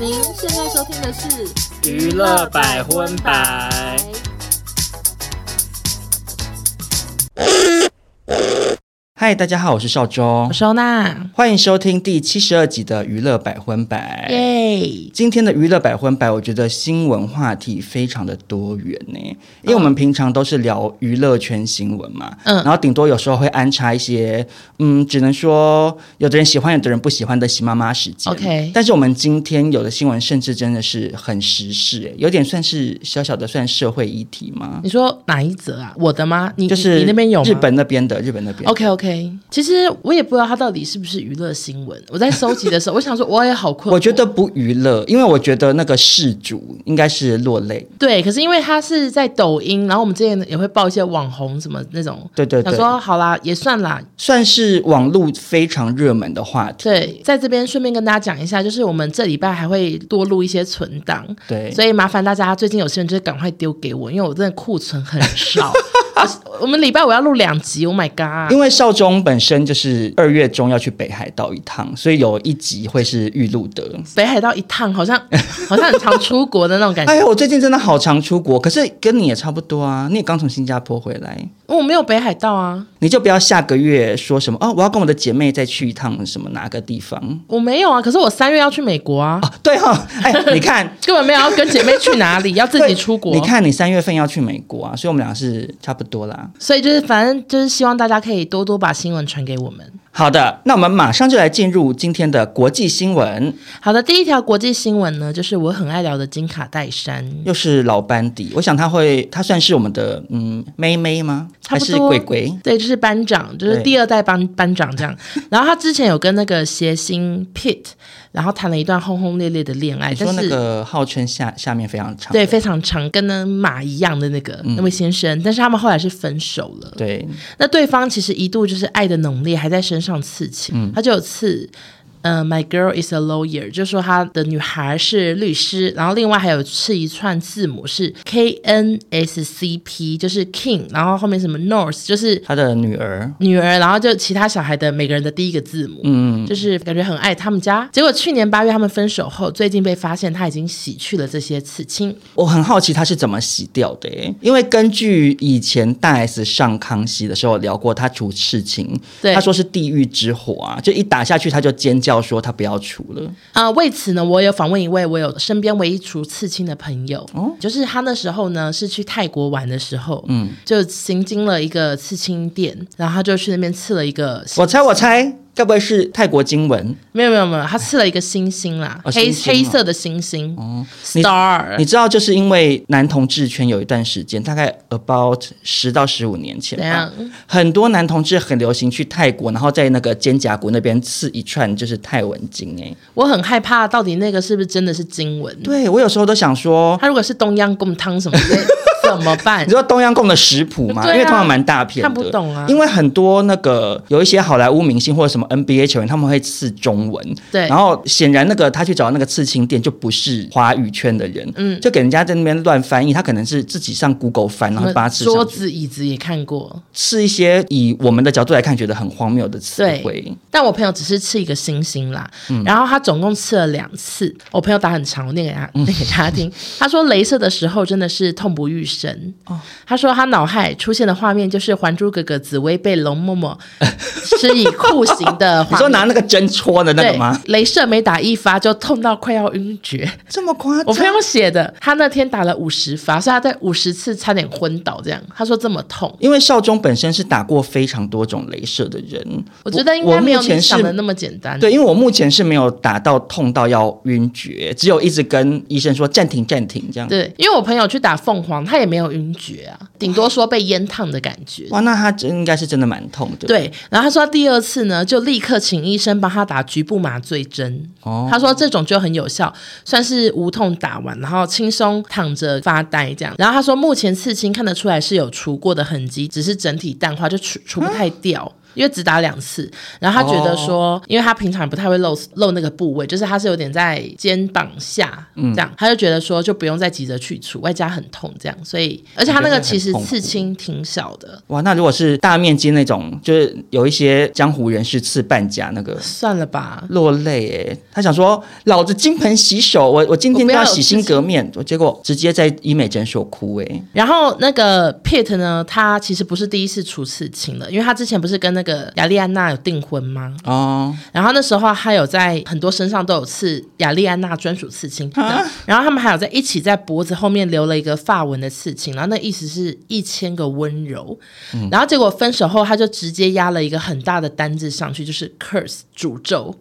您现在收听的是《娱乐百分百》。嗨，大家好，我是邵忠我，收纳，欢迎收听第七十二集的娱乐百分百。耶！今天的娱乐百分百，我觉得新闻话题非常的多元呢、因为我们平常都是聊娱乐圈新闻嘛，哦嗯然后顶多有时候会安插一些，嗯，只能说有的人喜欢，有的人不喜欢的喜妈妈时间。 OK 但是我们今天有的新闻甚至真的是很时事、欸，有点算是小小的算社会议题吗？你说哪一则啊？我的吗？你就是你那边有吗日本那边的，日本那边的 OK OK，其实我也不知道它到底是不是娱乐新闻。我在收集的时候，我想说我也好困惑。 我觉得不娱乐，因为我觉得那个事主应该是落泪。对，可是因为它是在抖音，然后我们之前也会报一些网红什么那种，对对想对，说好啦，也算啦，算是网络非常热门的话题。对，在这边顺便跟大家讲一下，就是我们这礼拜还会多录一些存档，对，所以麻烦大家最近有些人就赶快丢给我，因为我真的库存很 少。我我们礼拜我要录两集，Oh my god！因为少中本身就是二月中要去北海道一趟，所以有一集会是预录的。北海道一趟好像 好像很常出国的那种感觉，哎呀，我最近真的好常出国，可是跟你也差不多啊，你也刚从新加坡回来，我没有北海道啊，你就不要下个月说什么哦，我要跟我的姐妹再去一趟什么哪个地方我没有啊，可是我三月要去美国啊，啊？对哈、哦， 哎，你看根本没有要啊跟姐妹去哪里，要自己出国。你，看你三月份要去美国啊，所以我们俩是差不多啦。所以就是反正就是希望大家可以多多把新闻传给我们。好的，那我们马上就来进入今天的国际新闻，好的，第一条国际新闻呢，就是我很爱聊的金卡戴珊。又是老班底。我想他会，他算是我们的嗯妹妹吗？差还不是多，鬼鬼？对，就是班长，就是对第二代班班长 这样。然后他之前有跟那个谐星 Pit，然后谈了一段轰轰烈烈的恋爱，你哎但说那是个号称下下面非常长，嗯对非常长，跟那马一样的那个、那位先生，但是他们后来是分手了。对那对方其实一度就是爱的浓烈还在身上刺青，他就有刺。嗯、m y girl is a lawyer，就说他的女孩是律师，然后另外还有是一串字母是 K N S C P，就是 King，然后后面什么 North，就是他的女儿，女儿，然后就其他小孩的每个人的第一个字母，嗯，就是感觉很爱他们家。结果去年八月他们分手后，最近被发现他已经洗去了这些刺青，我很好奇他是怎么洗掉的耶因为根据以前大 S 上康熙的时候聊过，他除事情，对他说是地狱之火啊，就一打下去他就尖叫说他不要除了，啊，为此呢，我有访问一位我有身边唯一除刺青的朋友，就是他那时候呢是去泰国玩的时候，嗯，就行经了一个刺青店，然后他就去那边刺了一个星，我猜我猜，该不会是泰国经文？没有没有没有，他刺了一个星星啦，哦黑星星哦黑色的星星、s 你 t a r 你知道，就是因为男同志圈有一段时间，大概 about 十到十五年前怎吧样，？很多男同志很流行去泰国，然后在那个肩胛骨那边刺一串就是泰文经、欸。我很害怕，到底那个是不是真的是经文？对我有时候都想说，他如果是东央贡汤什么 之类，怎么办哦你？知道东洋贡的食谱吗？对啊因为通常蛮大片的，看不懂啊因为很多那个有一些好莱坞明星或者什么 NBA 球员，他们会刺中文，对然后显然那个他去找那个刺青店就不是华语圈的人，嗯，就给人家在那边乱翻译，他可能是自己上 Google 翻，然后把它刺上桌去子、椅子也看过，是一些以我们的角度来看觉得很荒谬的词汇。但我朋友只是吃一个星星啦，嗯然后他总共吃了两次。我朋友打很长，我念给嗯他，念给他听。他说，镭射的时候真的是痛不欲生。哦他说他脑海出现的画面就是《还珠格格》紫薇被龙嬷嬷 施以酷刑的你画说面。拿那个针戳的那个吗？对，镭射每打一发就痛到快要晕厥。这么 夸我朋张？友写的，他那天打了五十发，所以他在五十次差点昏倒。这样，他说这么痛，因为少中本身是打过非常多种镭射的人，我觉得应该没有我你目前想的是。那么简单。对，因为我目前是没有打到痛到要晕厥，只有一直跟医生说暂停暂停这样。对，因为我朋友去打凤凰，他也没有晕厥啊，顶多说被烟烫的感觉。哇，那他真应该是真的蛮痛的。，对，然后他说他第二次呢，就立刻请医生帮他打局部麻醉针。哦他说这种就很有效，算是无痛打完，然后轻松躺着发呆这样。然后他说目前刺青看得出来是有除过的痕迹，只是整体淡化，就除除不太掉。因为只打两次，然后他觉得说，因为他平常也不太会露露那个部位，就是他是有点在肩膀下这样，他就觉得说就不用再急着去除，外加很痛这样，所以而且他那个其实刺青挺小的，哇，那如果是大面积那种，就是有一些江湖人士刺半甲那个。算了吧，落泪哎、他想说老子金盆洗手，我我今天我不都要要有洗刺心青革面，我结果直接在医美诊所哭哎、然后那个 Pitt 呢，他其实不是第一次除刺青了，因为他之前不是跟那个雅丽安娜有订婚吗？哦，然后那时候他有在很多身上都有刺雅丽安娜专属刺青，然后他们还有在一起在脖子后面留了一个发纹的刺青，然后那意思是一千个温柔。然后结果分手后，他就直接压了一个很大的单子上去，就是 curse 诅咒。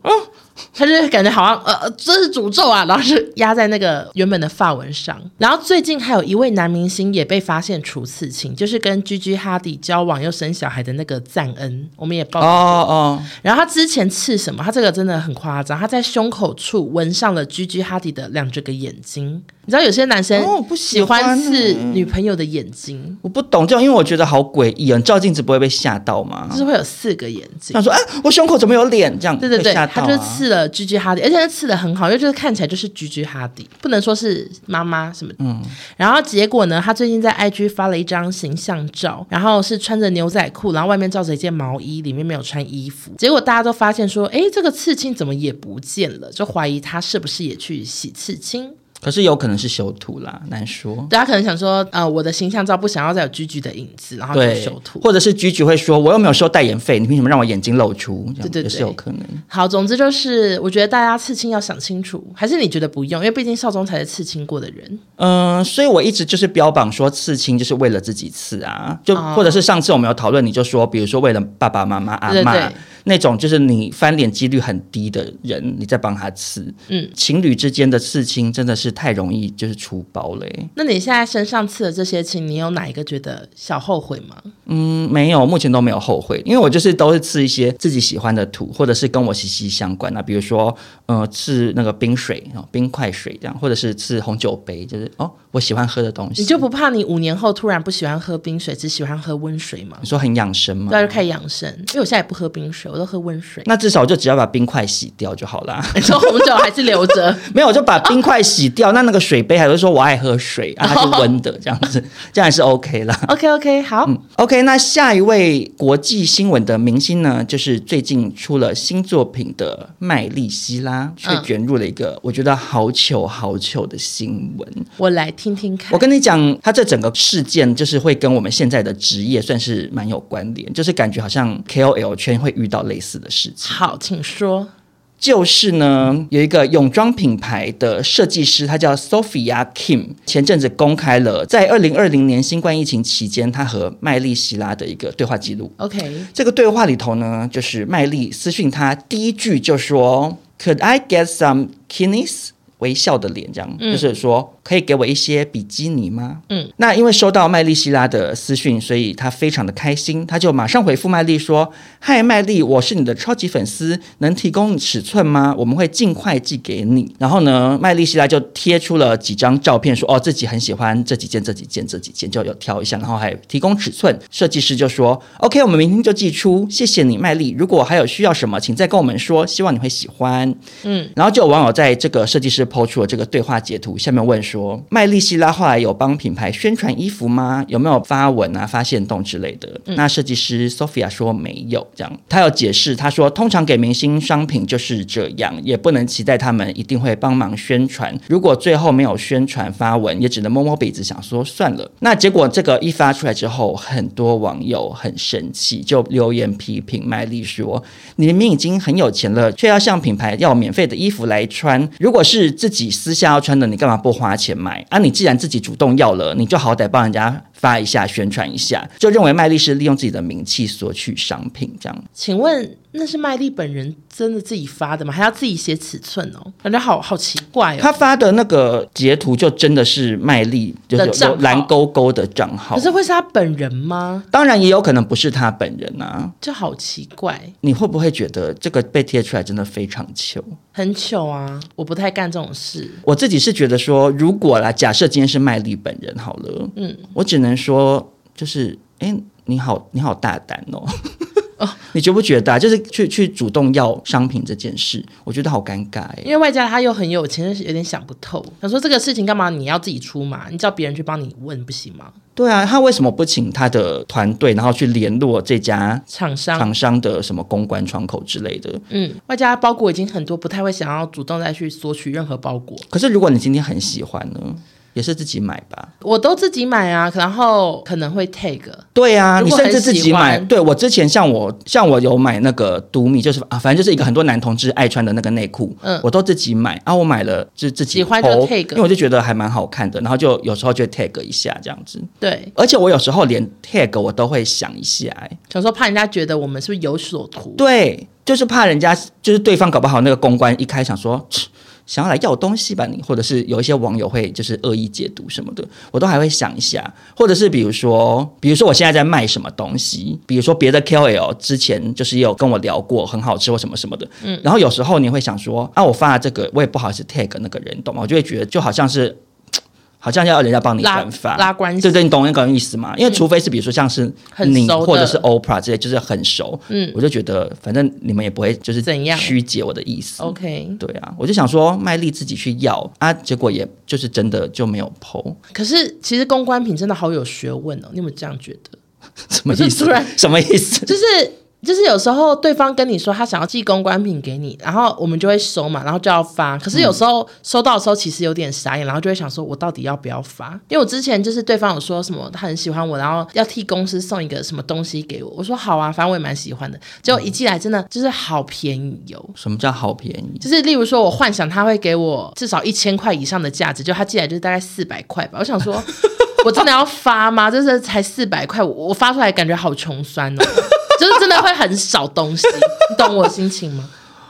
他就是感觉好像呃，呃这是诅咒啊，然后是压在那个原本的发纹上。然后最近还有一位男明星也被发现除刺青，就是跟 Gigi Hadid 交往又生小孩的那个赞恩，我们也报哦哦，然后他之前刺什么？他这个真的很夸张，他在胸口处纹上了 Gigi Hadid 的两只个眼睛。你知道有些男生哦不喜喜欢欢刺欸女朋友的眼睛，我不懂这种，因为我觉得好诡异哦。你照镜子不会被吓到吗就？是会有四个眼睛想。说，哎、我胸口怎么有脸？这样对对对，会吓他到、就是啊。刺了 Gigi Hadid，而且他刺的很好，因为就是看起来就是 Gigi Hadid，不能说是妈妈什么。嗯。然后结果呢，他最近在 IG 发了一张形象照，然后是穿着牛仔裤，然后外面罩着一件毛衣，里面没有穿衣服。结果大家都发现说，哎，这个刺青怎么也不见了，就怀疑他是不是也去洗刺青。可是有可能是修图啦，难说。大家可能想说，呃，我的形象照不想要再有 Gigi 的影子，然后就对修图，。或者是菊菊会说，我又没有收代言费，你凭什么让我眼睛露出？这对样对也是对有可能。好，总之就是，我觉得大家刺青要想清楚，还是你觉得不用，因为毕竟少宗才是刺青过的人。嗯、所以我一直就是标榜说刺青就是为了自己刺啊，就、哦或者是上次我们有讨论，你就说，比如说为了爸爸妈妈、阿对对妈对那种，就是你翻脸几率很低的人，你在帮他刺。嗯，情侣之间的刺青真的是太容易就是出包嘞、那你现在身上刺的这些青，你有哪一个觉得小后悔吗？嗯，没有，目前都没有后悔，因为我就是都是刺一些自己喜欢的图，或者是跟我息息相关啊的、比如说，呃，刺那个冰水啊、哦冰块水这样，或者是刺红酒杯，就是哦，我喜欢喝的东西。你就不怕你五年后突然不喜欢喝冰水，只喜欢喝温水吗你？说很养生吗对？啊，就开始养生，因为我现在也不喝冰水，我都喝温 水。那至少就只要把冰块洗掉就好啦。你说红酒还是留着？ 没有，就把冰块洗掉。那那个水杯还会说我爱喝水，啊，它是温的，这样子， 这样也是 OK 啦。 OK OK，好， OK，那下一位国际新闻的明星呢，就是最近出了新作品的麦丽希拉，却卷入了一个我觉得好糗好糗的新闻。 我来听听看。我跟你讲，他这整个事件就是会跟我们现在的职业算是蛮有关联，就是感觉好像 KOL 圈会遇到类似的事情。好，请说。就是呢，有一个泳装品牌的设计师，他叫 Sophia Kim，前阵子公开了在二零二零年新冠疫情期间，他和麦丽希拉的一个对话记录。 OK，这个对话里头呢，就是麦丽私讯他第一句就说：“Could I get some kinnies？” 微笑的脸，这样、就是说，可以给我一些比基尼吗？嗯，那因为收到麦丽希拉的私讯，所以他非常的开心，他就马上回复麦丽说：“嗨，麦丽，我是你的超级粉丝，能提供尺寸吗？我们会尽快寄给你。”然后呢，麦丽希拉就贴出了几张照片，说：“哦，自己很喜欢这几件、这几件、这几件，就有挑一下，然后还提供尺寸。”设计师就说：“OK，我们明天就寄出，谢谢你，麦丽。如果还有需要什么，请再跟我们说，希望你会喜欢。”然后就有网友在这个设计师抛出了这个对话截图，下面问说：麦丽希拉后来有帮品牌宣传衣服吗？有没有发文啊、发现动之类的？那设计师 Sophia 说没有，这样他有解释，他说通常给明星商品就是这样，也不能期待他们一定会帮忙宣传。如果最后没有宣传发文，也只能摸摸鼻子想说算了。那结果这个一发出来之后，很多网友很生气，就留言批评麦丽说：“你明明已经很有钱了，却要向品牌要免费的衣服来穿。如果是自己私下要穿的，你干嘛不花钱买？啊，你既然自己主动要了，你就好歹帮人家发一下、宣传一下，就认为麦丽是利用自己的名气索取商品这样。请问那是麦丽本人真的自己发的吗？还要自己写尺寸哦？感觉好好奇怪他哦。发的那个截图就真的是麦丽，就是的有账有号蓝勾勾的账号可。是会是他本人吗？当然也有可能不是他本人啊，就好奇怪，你会不会觉得这个被贴出来真的非常糗？很糗啊！我不太干这种事。我自己是觉得说，如果啦，假设今天是麦丽本人好了，嗯，我只能说就是，哎、你好，你好大胆哦！哦， 你觉不觉得、啊？就是去去主动要商品这件事，我觉得好尴尬哎、因为外加他又很有钱，就是有点想不透。想说这个事情干嘛你要自己出马？你叫别人去帮你问不行吗？对啊，他为什么不请他的团队，然后去联络这家厂商，厂商的什么公关窗口之类的？嗯，外加包裹已经很多，不太会想要主动再去索取任何包裹。可是如果你今天很喜欢呢，也是自己买吧。我都自己买啊，然后可能会 take，对啊，如你果甚至自己很买。喜欢对我之前像我像我有买那个独米，就是啊，反正就是一个很多男同志爱穿的那个内裤，嗯我都自己买啊，我买了就自己喜欢就投 tag 因为我就觉得还蛮好看的，然后就有时候就 tag 一下这样子，对，而且我有时候连 tag 我都会想一下、欸，想说怕人家觉得我们是不是有所图。对，就是怕人家就是对方搞不好那个公关一开想说。嗤想要来要东西吧你，或者是有一些网友会就是恶意解读什么的，我都还会想一下，或者是比如说，比如说我现在在卖什么东西，比如说别的 KOL 之前就是也有跟我聊过很好吃或什么什么的，嗯，然后有时候你会想说啊，我发了这个我也不好意思 tag 那个人，懂吗？我就会觉得就好像是好像要人家帮你拉转发拉关系嗯对对，你懂那个意思吗？因为除非是比如说像是很你熟的或者是 Oprah 之类，就是很熟，嗯我就觉得反正你们也不会就是怎样哦曲解我的意思。 OK，对啊，我就想说麦莉自己去要啊，结果也就是真的就没有 剖，可是其实公关品真的好有学问哦，你有没有这样觉得？什么意我就思突然？什么意 思？就是就是有时候对方跟你说他想要寄公关品给你，然后我们就会收嘛，然后就要发。可是有时候收到的时候其实有点傻眼，然后就会想说我到底要不要发？因为我之前就是对方有说什么他很喜欢我，然后要替公司送一个什么东西给我，我说好啊，反正我也蛮喜欢的。结果一寄来真的就是好便宜哦。什么叫好便宜？就是例如说，我幻想他会给我至少一千块以上的价值，就他寄来就是大概四百块吧。我想 说，我真的要发吗？就是才四百块，我我发出来感觉好穷酸哦，就是真的会很少东西，你懂我心情吗？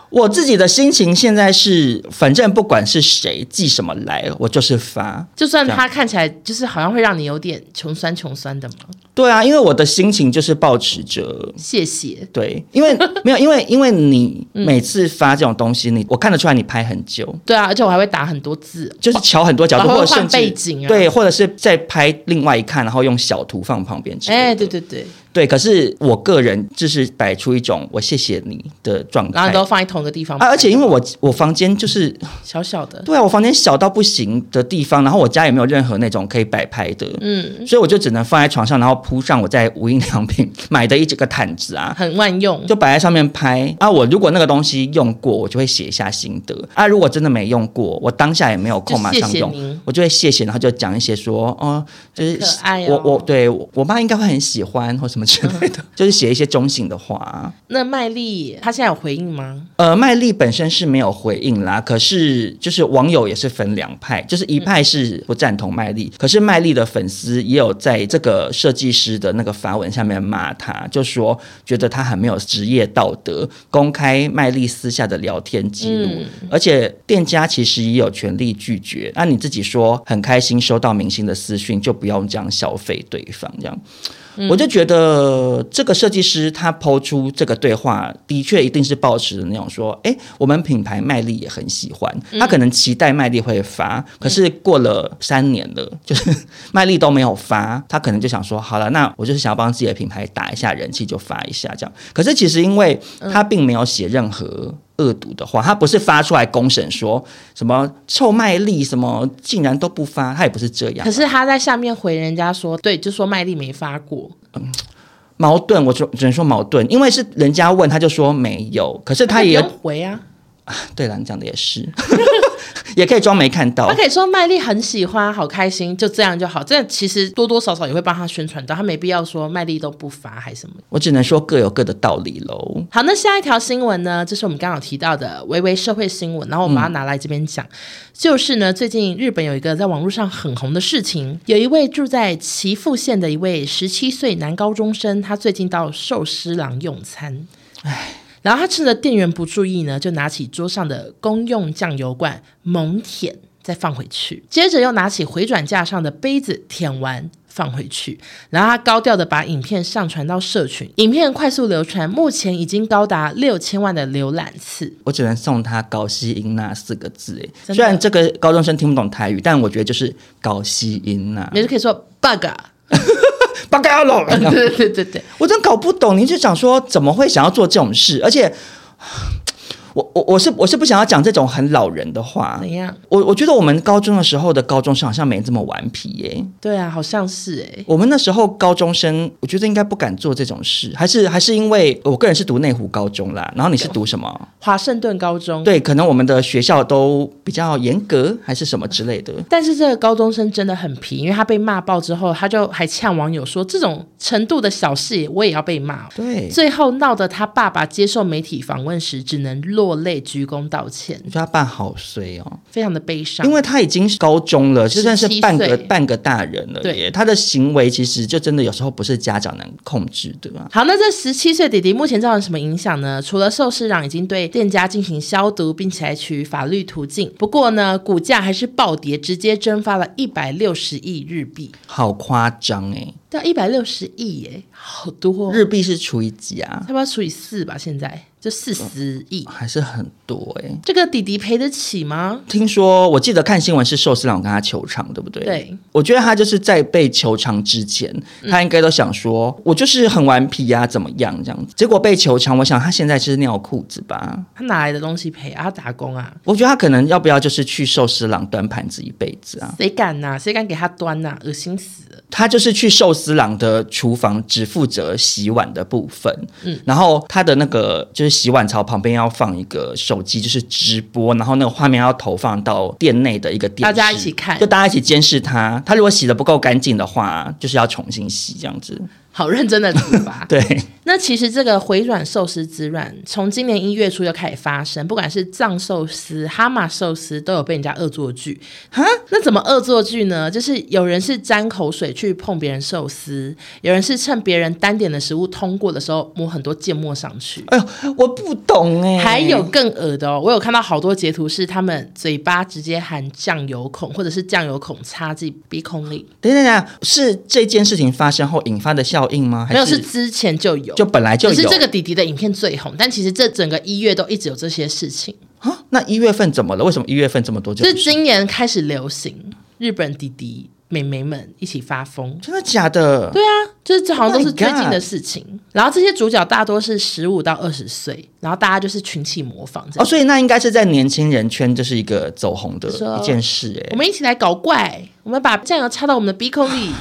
我自己的心情现在是，反正不管是谁寄什么来，我就是发。就算他看起来就是好像会让你有点穷酸穷酸的嘛，对啊，因为我的心情就是保持着谢谢。对，因为 没有，因为因为你嗯每次发这种东西，你我看得出来你拍很久，对啊，而且我还会打很多字，就是瞧很多角度，然后或会者甚换至背景啊对，或者是再拍另外一看，然后用小图放旁边之类的。哎、对对对，对，可是我个人就是摆出一种我谢谢你的状然后态你。都放在同一个地方，啊、而且因为我我房间就是小小的，对啊，我房间小到不行的地方，然后我家也没有任何那种可以摆拍的，嗯，所以我就只能放在床上，然后铺上我在无印良品买的一整个毯子啊，很万用，就摆在上面拍啊。我如果那个东西用过，我就会写一下心得啊。如果真的没用过，我当下也没有空马就谢上谢用，您。我就会谢谢，然后就讲一些说，哦，就是很可爱哦嗯我我对我我妈应该会很喜欢或什么之类的，就是写一些中性的话。啊那麦丽她现在有回应吗？呃，麦莉本身是没有回应啦，可是就是网友也是分两派，就是一派是不赞同麦莉，可是麦莉的粉丝也有在这个设计师的那个发文下面骂她，就说觉得她很没有职业道德，公开麦莉私下的聊天记录，嗯而且店家其实也有权利拒绝。那、你自己说很开心收到明星的私讯，就不要这样消费对方这样。我就觉得这个设计师他抛出这个对话，的确一定是抱持的那种说，哎，我们品牌麦力也很喜欢，他可能期待麦力会发，可是过了三年了，就是 麦力都没有发，他可能就想说，好了，那我就是想要帮自己的品牌打一下人气，就发一下这样。可是其实因为他并没有写任何。恶毒的话，他不是发出来公审说什么臭麦力什么，竟然都不发，他也不是这样。可是他在下面回人家说，对，就说麦丽没发过，矛盾，我只只能说矛盾，因为是人家问他就说没有，可是他也不用回啊，对了，你讲的也是， 也可以装没看到他。可以说麦丽很喜欢，好开心，就这样就好。这其实多多少少也会帮他宣传到，他没必要说麦丽都不发还什么。我只能说各有各的道理喽。好，那下一条新闻呢，就是我们刚刚有提到的微微社会新闻，然后我把它拿来这边讲，就是呢，最近日本有一个在网络上很红的事情，有一位住在岐阜县的一位十七岁男高中生，他最近到寿司郎用餐，然后他趁着店员不注意呢，就拿起桌上的公用酱油罐猛舔，再放回去。接着又拿起回转架上的杯子舔完。放回去，然后他高调的把影片上传到社群，影片快速流传，目前已经高达六千万的浏览次。我只能送他“高希音娜”四个字。真的哎，虽然这个嗯高中生听不懂台语，但我觉得就是“高希音娜你就可以说 bug，啊巴嘎喽！对对对对， 我真搞不懂，您就想说怎么会想要做这种事？而且， 我我我是我是不想要讲这种很老人的话怎。样？我我觉得我们高中的时候的高中生好像没这么顽皮欸耶、对啊，好像是哎、我们那时候高中生，我觉得应该不敢做这种事，还是还是因为我个人是读内湖高中啦，然后你是读什么？华盛顿高中。对，可能我们的学校都比较严格，还是什么之类的。但是这个高中生真的很皮，因为他被骂爆之后，他就还呛网友说：“这种程度的小事，我也要被骂哦。”对，最后闹得他爸爸接受媒体访问时，只能落泪鞠躬道歉我，觉得他爸好衰哦，非常的悲伤。因为他已经是高中了，就算是17半个岁半个大人了对耶。他的行为其实就真的有时候不是家长能控制的啊。好，那这十七岁弟弟目前造成什么影响呢？除了寿司郎已经对店家进行消毒，并且采取法律途径，不过呢，股价还是暴跌，直接蒸发了一百六十亿日币。好夸张哎！对啊，一百六十亿耶，好多、哦，日币是除以几啊差？不多除以四吧，现在就四十亿。还是很多哎。这个弟弟赔得起吗？听说我记得看新闻是寿司郎跟他求偿，对不对？对，我觉得他就是在被求偿之前，嗯他应该都想说，我就是很顽皮呀、怎么样这样子。结果被求偿，我想他现在是尿裤子吧？他哪来的东西赔啊？他打工啊？我觉得他可能要不要就是去寿司郎端盘子一辈子啊？谁敢呐、谁敢给他端呐、恶心死了！他就是去寿司郎的厨房只负责洗碗的部分，嗯，然后他的那个就是洗碗槽旁边要放一个手机，就是直播，然后那个画面要投放到店内的一个电视，大家一起看就大家一起监视他。他如果洗的不够干净的话，就是要重新洗这样子。。好认真的处罚对， 那其实这个回转寿司之乱，从今年一月初就开始发生，不管是藏寿司、哈马寿司，都有被人家恶作剧。哈，那怎么恶作剧呢？就是有人是沾口水去碰别人寿司，有人是趁别人单点的食物通过的时候抹很多芥末上去。哎呦，我不懂哎、还有更恶的哦，我有看到好多截图是他们嘴巴直接含酱油孔，或者是酱油孔插进鼻孔里，等一下等一下，是这件事情发生后引发的效应吗？还没有是是之前就有，就本来就有只是这个弟弟的影片最红，但其实这整个一月都一直有这些事情，啊？那一月份怎么了？为什么一月份这么多？就是今年开始流行，日本弟弟妹妹们一起发疯。真的假的？对啊，就是这好像都 Oh 是 my 最近 God 的事情。然后这些主角大多是十五到二十岁，然后大家就是群起模仿这哦，样。所以那应该是在年轻人圈，这是一个走红的说一件事、欸。我们一起来搞怪，我们把酱油插到我们的鼻孔里。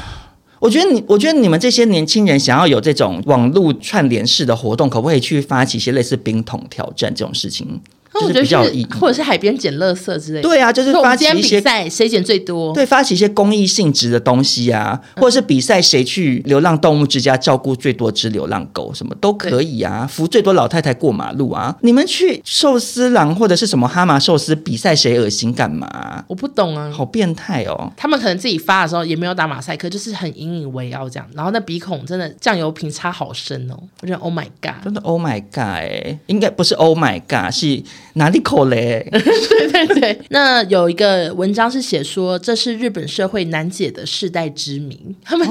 我觉得你，我觉得你们这些年轻人想要有这种网络串联式的活动，可不可以去发起一些类似冰桶挑战这种事情？那就我觉得是比较有是意义。或者是海边捡垃圾之类的。对啊，就是说我发们起今天一比些赛谁捡最多？对发起一些公益性质的东西啊，嗯或者是比赛谁去流浪动物之家照顾最多只流浪狗，什么都可以啊，扶最多老太太过马路啊。你们去寿司郎或者是什么哈马寿司比赛谁恶心干嘛啊？我不懂啊。好变态哦！他们可能自己发的时候也没有打马赛克，就是很引以为傲这样。然后那鼻孔真的酱油瓶插好深哦，我觉得 Oh my God！真的，Oh my God！、欸、应该不是 Oh my God，是哪里口 嘞？对对对。哎那有一个文章是写说，这是日本社会难解的世代之谜，他们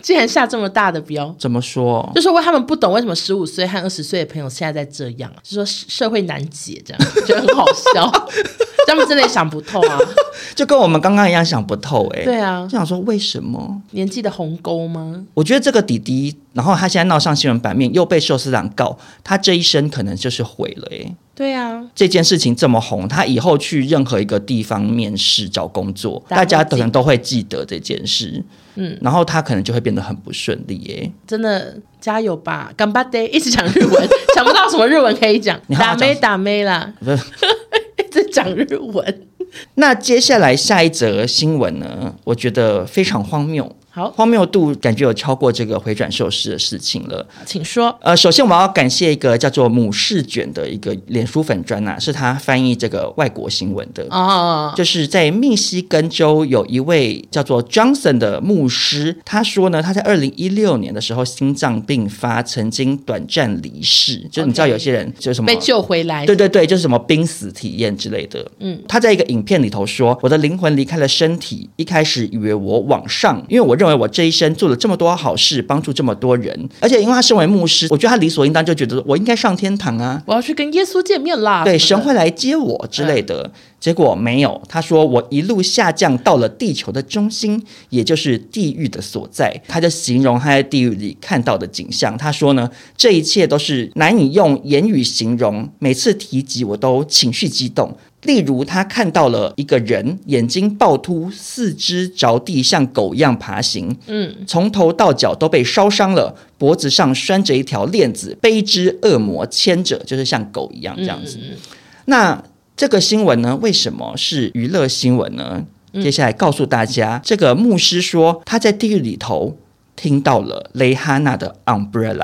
竟然下这么大的标。怎么说？就是为他们不懂为什么十五岁和二十岁的朋友现在在这样啊，就说社会难解这样，觉得很好笑， 他们真的也想不透啊。就跟我们刚刚一样想不透哎、对啊就，想说为什么？年纪的鸿沟吗？我觉得这个弟弟，然后他现在闹上新闻版面，又被寿司郎告，他这一生可能就是毁了哎、对啊，这件事情这么红，他以后去任何一个地方面试找工作，大大家家会可能都会记得这件事。嗯，然后他可能就会变得很不顺利哎、真的加油吧，干巴爹！一直讲日文，想不到什么日文可以讲，你好好打讲妹打妹啦，不是一直讲日文。那接下来下一则新闻呢？我觉得非常荒谬，好，荒谬度感觉有超过这个回转寿司的事情了。请说。呃，首先我要感谢一个叫做母氏卷的一个脸书粉专呐、是他翻译这个外国新闻的。哦，就是在密西根州有一位叫做 Johnson 的牧师，他说呢，他在二零一六年的时候心脏病发，曾经短暂离世。就你知道 OK 有些人就什么被救回来，对对对，就是什么濒死体验之类的。嗯，他在一个影片里头说：“我的灵魂离开了身体，一开始以为我往上，因为我认为我这一生做了这么多好事，帮助这么多人，而且因为他身为牧师，我觉得他理所应当就觉得我应该上天堂啊，我要去跟耶稣见面啦。对，什神么的会来接我之类的。结果没有，他说我一路下降到了地球的中心，也就是地狱的所在。他就形容他在地狱里看到的景象。他说呢，这一切都是难以用言语形容。每次提及我都情绪激动。例如，他看到了一个人眼睛暴突，四肢着地，像狗一样爬行。嗯，从头到脚都被烧伤了，脖子上拴着一条链子，被一只恶魔牵着，就是像狗一样这样子。那这个新闻呢，为什么是娱乐新闻呢？接下来告诉大家，这个牧师说他在地狱里头听到了雷哈娜的《Umbrella》。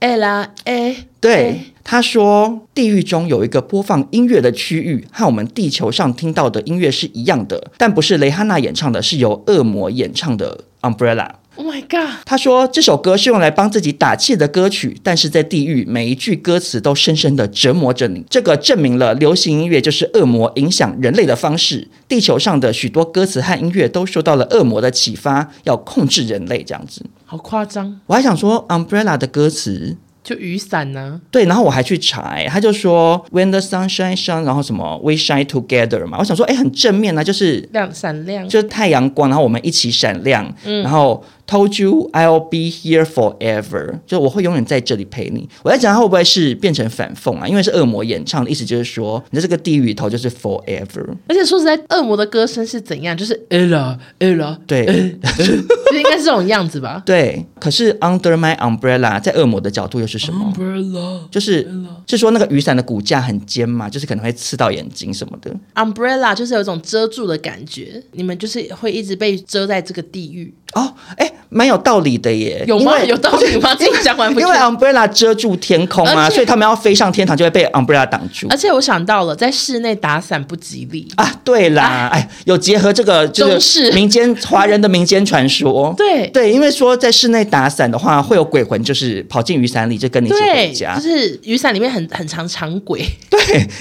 哎啦哎，对，他说地狱中有一个播放音乐的区域，和我们地球上听到的音乐是一样的，但不是雷哈娜演唱的，是由恶魔演唱的《Umbrella》。 ，Oh my God，他说这首歌是用来帮自己打气的歌曲，但是在地狱，每一句歌词都深深的折磨着你。这个证明了流行音乐就是恶魔影响人类的方式。地球上的许多歌词和音乐都受到了恶魔的启发，要控制人类这样子。好夸张，我还想说，Umbrella 嗯的歌词就雨伞呢、对，然后我还去查、欸，他就说 When the sun shines shine，然后什么 We shine together 嘛，我想说，哎、很正面啊，就是亮闪亮，就是太阳光，然后我们一起闪亮，嗯然后 Told you I'll be here forever，就我会永远在这里陪你。我在讲他会不会是变成反讽啊？因为是恶魔演唱的，意思就是说你在这个地狱里头就是 forever。而且说实在，恶魔的歌声是怎样？就是 ella ella，对、 就应该是这种样子吧对，可是 Under My Umbrella 在恶魔的角度又是什么？ ？Umbrella 就是是说那个雨伞的骨架很尖嘛，就是可能会刺到眼睛什么的。 umbrella 就是有一种遮住的感觉，你们就是会一直被遮在这个地狱，哦，哎，蛮有道理的耶，有因吗？为有道理吗？自己讲完不因就为 umbrella 遮住天空嘛、而且所以他们要飞上天堂就会被 umbrella 挡住而且我想到了，在室内打伞不吉利。啊。对啦，哎，有结合这个就中是式民间华人的民间传说。对对，因为说在室内打伞的话，会有鬼魂，就是跑进雨伞里，就跟你一起回对，家。就是雨伞里面很很长长轨，对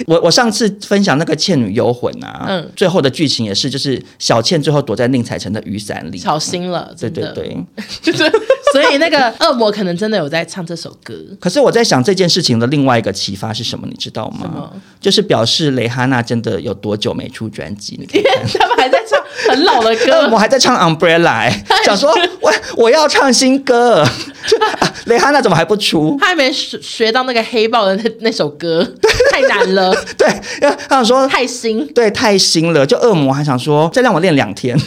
我，我上次分享那个《倩女幽魂》啊，嗯最后的剧情也是，就是小倩最后躲在宁采臣的雨伞里。吵心了，对真对的，对。对对，所以那个恶魔可能真的有在唱这首歌，可是我在想这件事情的另外一个启发是什么，你知道什吗么？就是表示蕾哈娜真的有多久没出专辑？你看因为他们还在唱很老的嗯恶魔歌，呃哎还在唱 Umbrella，、欸、想说我我要唱新 歌，啊蕾哈娜怎么还不出？他还没学学到那个黑豹的那那首歌，太难了，对，因为他想说太新，对太新了，就恶魔还想说再让我练两天。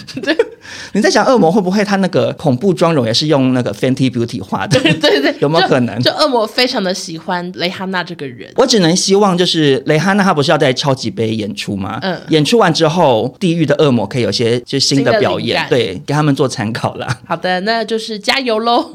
你在想恶魔会不会他那个恐怖妆容也是用那个 Fenty Beauty 画的？对对对，有没有就可能就恶魔非常的喜欢蕾哈娜这个人，我只能希望，就是蕾哈娜她不是要在超级杯演出吗？嗯演出完之后，地狱的恶魔可以有些就新新的的表灵演，感对，给他们做参考啦。 好的，那就是加油 喽，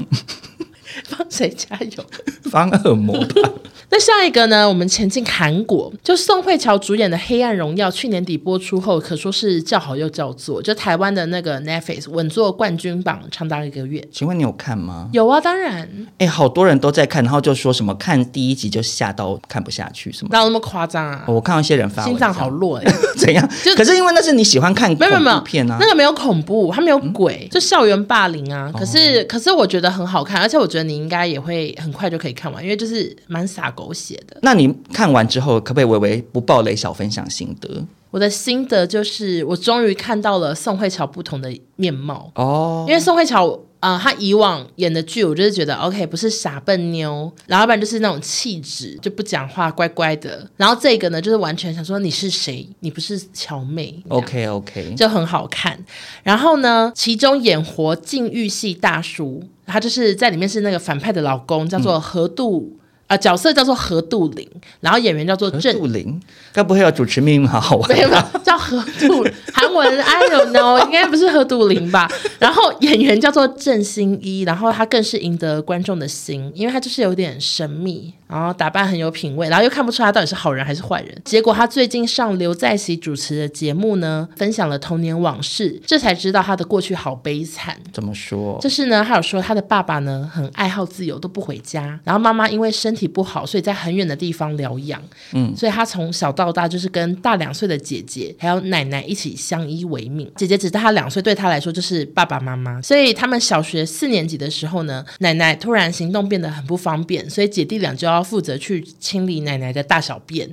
帮谁加油？方恶魔吧，那下一个呢？我们前进韩国，就宋慧乔主演的《黑暗荣耀》，去年底播出后，可说是叫好又叫座。就台湾的那个 Netflix 稳坐冠军榜长达一个月。请问你有看吗？有啊，当然，哎，好多人都在看，然后就说什么看第一集就吓到看不下去什么的。哪有那么夸张啊？哦我看到一些人发文心脏好弱哎、怎样 就？可是因为那是你喜欢看没恐有没有没有怖片啊嗯那，个没有恐怖，它没有鬼，就校园霸凌啊。可是、哦可是我觉得很好看，而且我觉得你应该也会很快就可以看完，因为就是蛮洒狗血的。那你看完之后，可不可以微微不暴雷小分享心得？我的心得就是，我终于看到了宋慧乔不同的面貌。哦，因为宋慧乔，呃，她以往演的剧，我就是觉得 OK，不是傻笨妞，然后要不然就是那种气质，就不讲话，乖乖的。然后这个呢，就是完全想说你是谁，你不是乔妹这样 OK OK，就很好看。然后呢，其中演活禁欲系大叔，他就是在里面是那个反派的老公，叫嗯做何杜。啊，角色叫做何杜林，然后演员叫做何郑杜林，该不会有主持命运好好玩没有没吧？有， 叫何杜，韩文 I don't know，应该不是何杜林吧？然后演员叫做郑欣一，然后他更是赢得观众的心，因为他就是有点神秘，然后打扮很有品味，然后又看不出他到底是好人还是坏人。结果他最近上刘在熙主持的节目呢，分享了童年往事，这才知道他的过去好悲惨。怎么说？就是呢，他有说他的爸爸呢很爱好自由，都不回家，然后妈妈因为身体不好，所以在很远的地方疗养。嗯嗯，所以她从小到大就是跟大两岁的姐姐还有奶奶一起相依为命。姐姐只大她两岁，对她来说就是爸爸妈妈。所以他们小学四年级的时候呢，奶奶突然行动变得很不方便，所以姐弟俩就要负责去清理奶奶的大小便。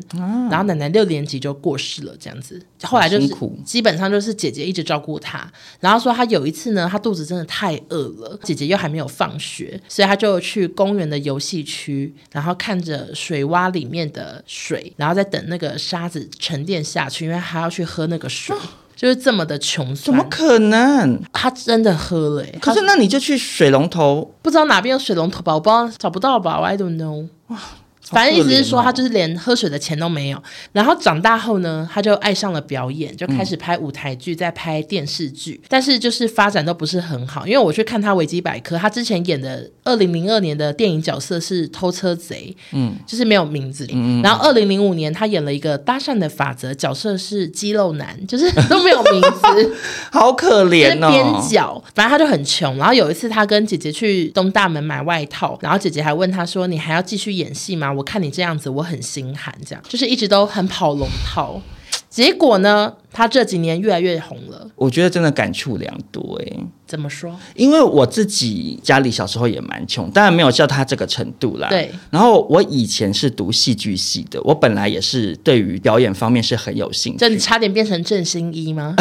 然后奶奶六年级就过世了，这样子。后来就啊好是辛苦基本上就是姐姐一直照顾她，然后说她有一次呢，她肚子真的太饿了，姐姐又还没有放学，所以她就去公园的游戏区，然后看着水洼里面的水，然后再等那个沙子沉淀下去，因为她要去喝那个水，就是这么的穷怎么酸。可能？她真的喝了、欸，可是她那你就去水龙头，不知道哪边有水龙头吧，我不知道找不到吧，I don't know。好反正意思可怜是哦说，他就是连喝水的钱都没有。哦然后长大后呢，他就爱上了表演，就开始拍舞台剧，再拍电视剧。但是就是发展都不是很好，因为我去看他维基百科，他之前演的二零零二年的电影角色是偷车贼，嗯，就是没有名字。然后二零零五年他演了一个搭讪的法则，角色是肌肉男，就是都没有名字。好可就是怜哦。边角，反正他就很穷。然后有一次，他跟姐姐去东大门买外套，然后姐姐还问他说：“你还要继续演戏吗？我看你这样子，我很心寒。”这样就是一直都很跑龙套。结果呢，他这几年越来越红了。我觉得真的感触良多哎、怎么说？因为我自己家里小时候也蛮穷，当然没有叫他这个程度啦。对。然后我以前是读戏剧系的，我本来也是对于表演方面是很有兴趣。这你差点变成郑欣一 吗？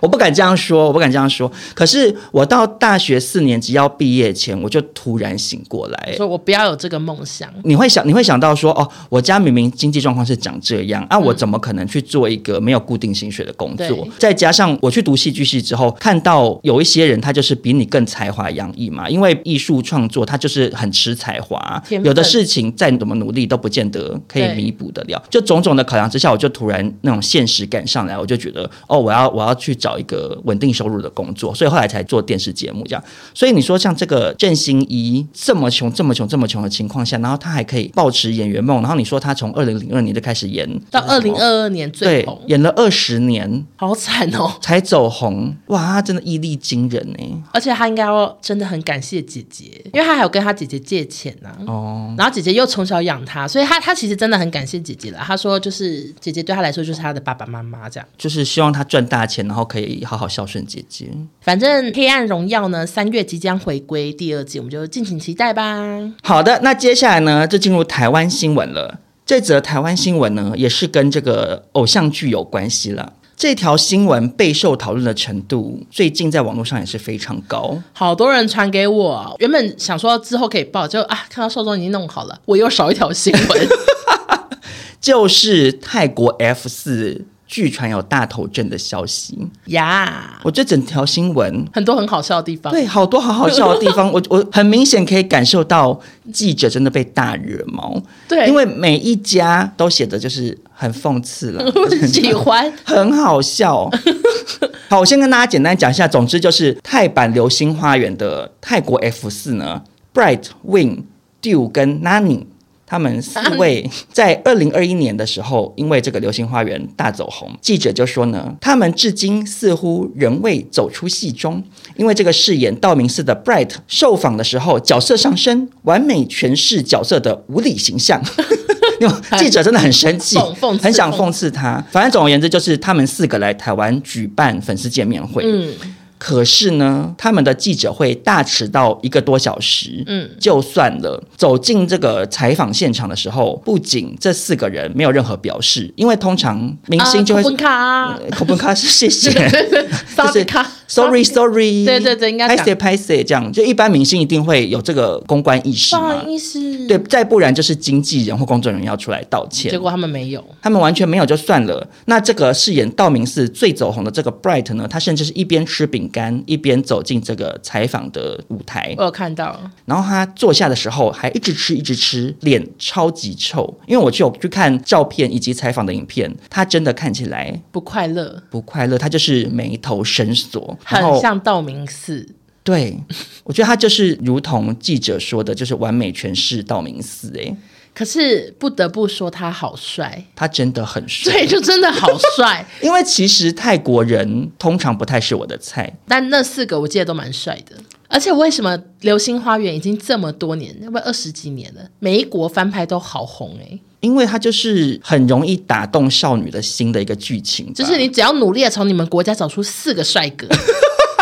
我不敢这样说，我不敢这样说。可是我到大学四年级要毕业前，我就突然醒过来、欸说我不要有这个梦想。你会想，你会想到说，哦，我家明明经济状况是长这样，啊，我怎么可能去做一个没有固定薪水的工作嗯对？再加上我去读戏剧系之后，看到有一些人他就是比你更才华洋溢嘛，因为艺术创作它就是很吃才华天，分有的事情再怎么努力都不见得可以对弥补得了。就种种的考量之下，我就突然那种现实感上来，我就觉得，哦，我要我要去找一个稳定收入的工作，所以后来才做电视节目这样。所以你说像这个郑欣宜这么穷、这么穷、这么穷的情况下，然后她还可以抱持演员梦，然后你说她从二零零二年就开始演，到二零二二年最对红，演了二十年好惨哦！才走红，哇，她真的毅力惊人欸呢、而且他应该要真的很感谢姐姐，因为他还有跟他姐姐借钱呢、哦，然后姐姐又从小养他，所以他他其实真的很感谢姐姐了。他说，就是姐姐对他来说就是他的爸爸妈妈这样。就是希望她赚大钱，然后可以好好孝顺姐姐。反正《黑暗荣耀》呢，三月即将回归第二季，我们就敬请期待吧。好的，那接下来呢，就进入台湾新闻了。这则台湾新闻呢，也是跟这个偶像剧有关系了。这条新闻备受讨论的程度，最近在网络上也是非常高。好多人传给我，原本想说之后可以报，就啊，看到受众已经弄好了，我又少一条新 闻。就是泰国 F 四据传有大头症的消息。呀我这整条新闻，很多很好笑的地方。对，好多好好笑的地方，我 我很明显可以感受到记者真的被大惹毛，对，因为每一家都写的就是很讽刺了， 我喜欢。很 好笑。好，我先跟大家简单讲一下，总之就是泰版《流星花园》的泰国 F 四呢，Bright、Win、Dew 跟 Nani。他们四位在二零二一年的时候，因为这个《流星花园》大走红，记者就说呢，他们至今似乎仍未走出戏中，因为这个饰演道明寺的 Bright 受访的时候，角色上身，完美诠释角色的无理 形象。 记者真的很生气讽讽，刺很想讽刺他。反正总而言之，就是他们四个来台湾举办粉丝见面会，嗯可是呢，他们的记者会大迟到一个多小时。嗯，就算了，走进这个采访现场的时候，不仅这四个人没有任何表示，因为通常明星就会嗯呃啊、分卡，口本卡是 谢 对对谢。对对，就萨迪是卡 sorry sorry，对对对应该拍讲谁拍谁这样，就一般明星一定会有这个公关意识不嘛好，意思，对，，再不然就是经纪人或工作人员要出来道歉。结果他们没有。他们完全没有就算了。那这个饰演道明寺最走红的这个 Bright 呢，他甚至是一边吃饼干一边走进这个采访的舞台我，有看到，然后他坐下的时候还一直吃一直吃，脸超级臭。因为我就有去看照片以及采访的影片，他真的看起来不快乐，不快乐，他就是眉头深锁，然很后像道明寺。对，我觉得他就是如同记者说的，就是完美诠释道明寺、欸，诶，可是不得不说他好帅，他真的很 帅。对，就真的好帅。 因为其实泰国人通常不太是我的菜，但那四个我记得都蛮帅的，而且为什么《流星花园》已经这么多年，要不二十几年了，每一国翻拍都好红哎、因为它就是很容易打动少女的心的一个剧情吧，就是你只要努力的从你们国家找出四个帅 哥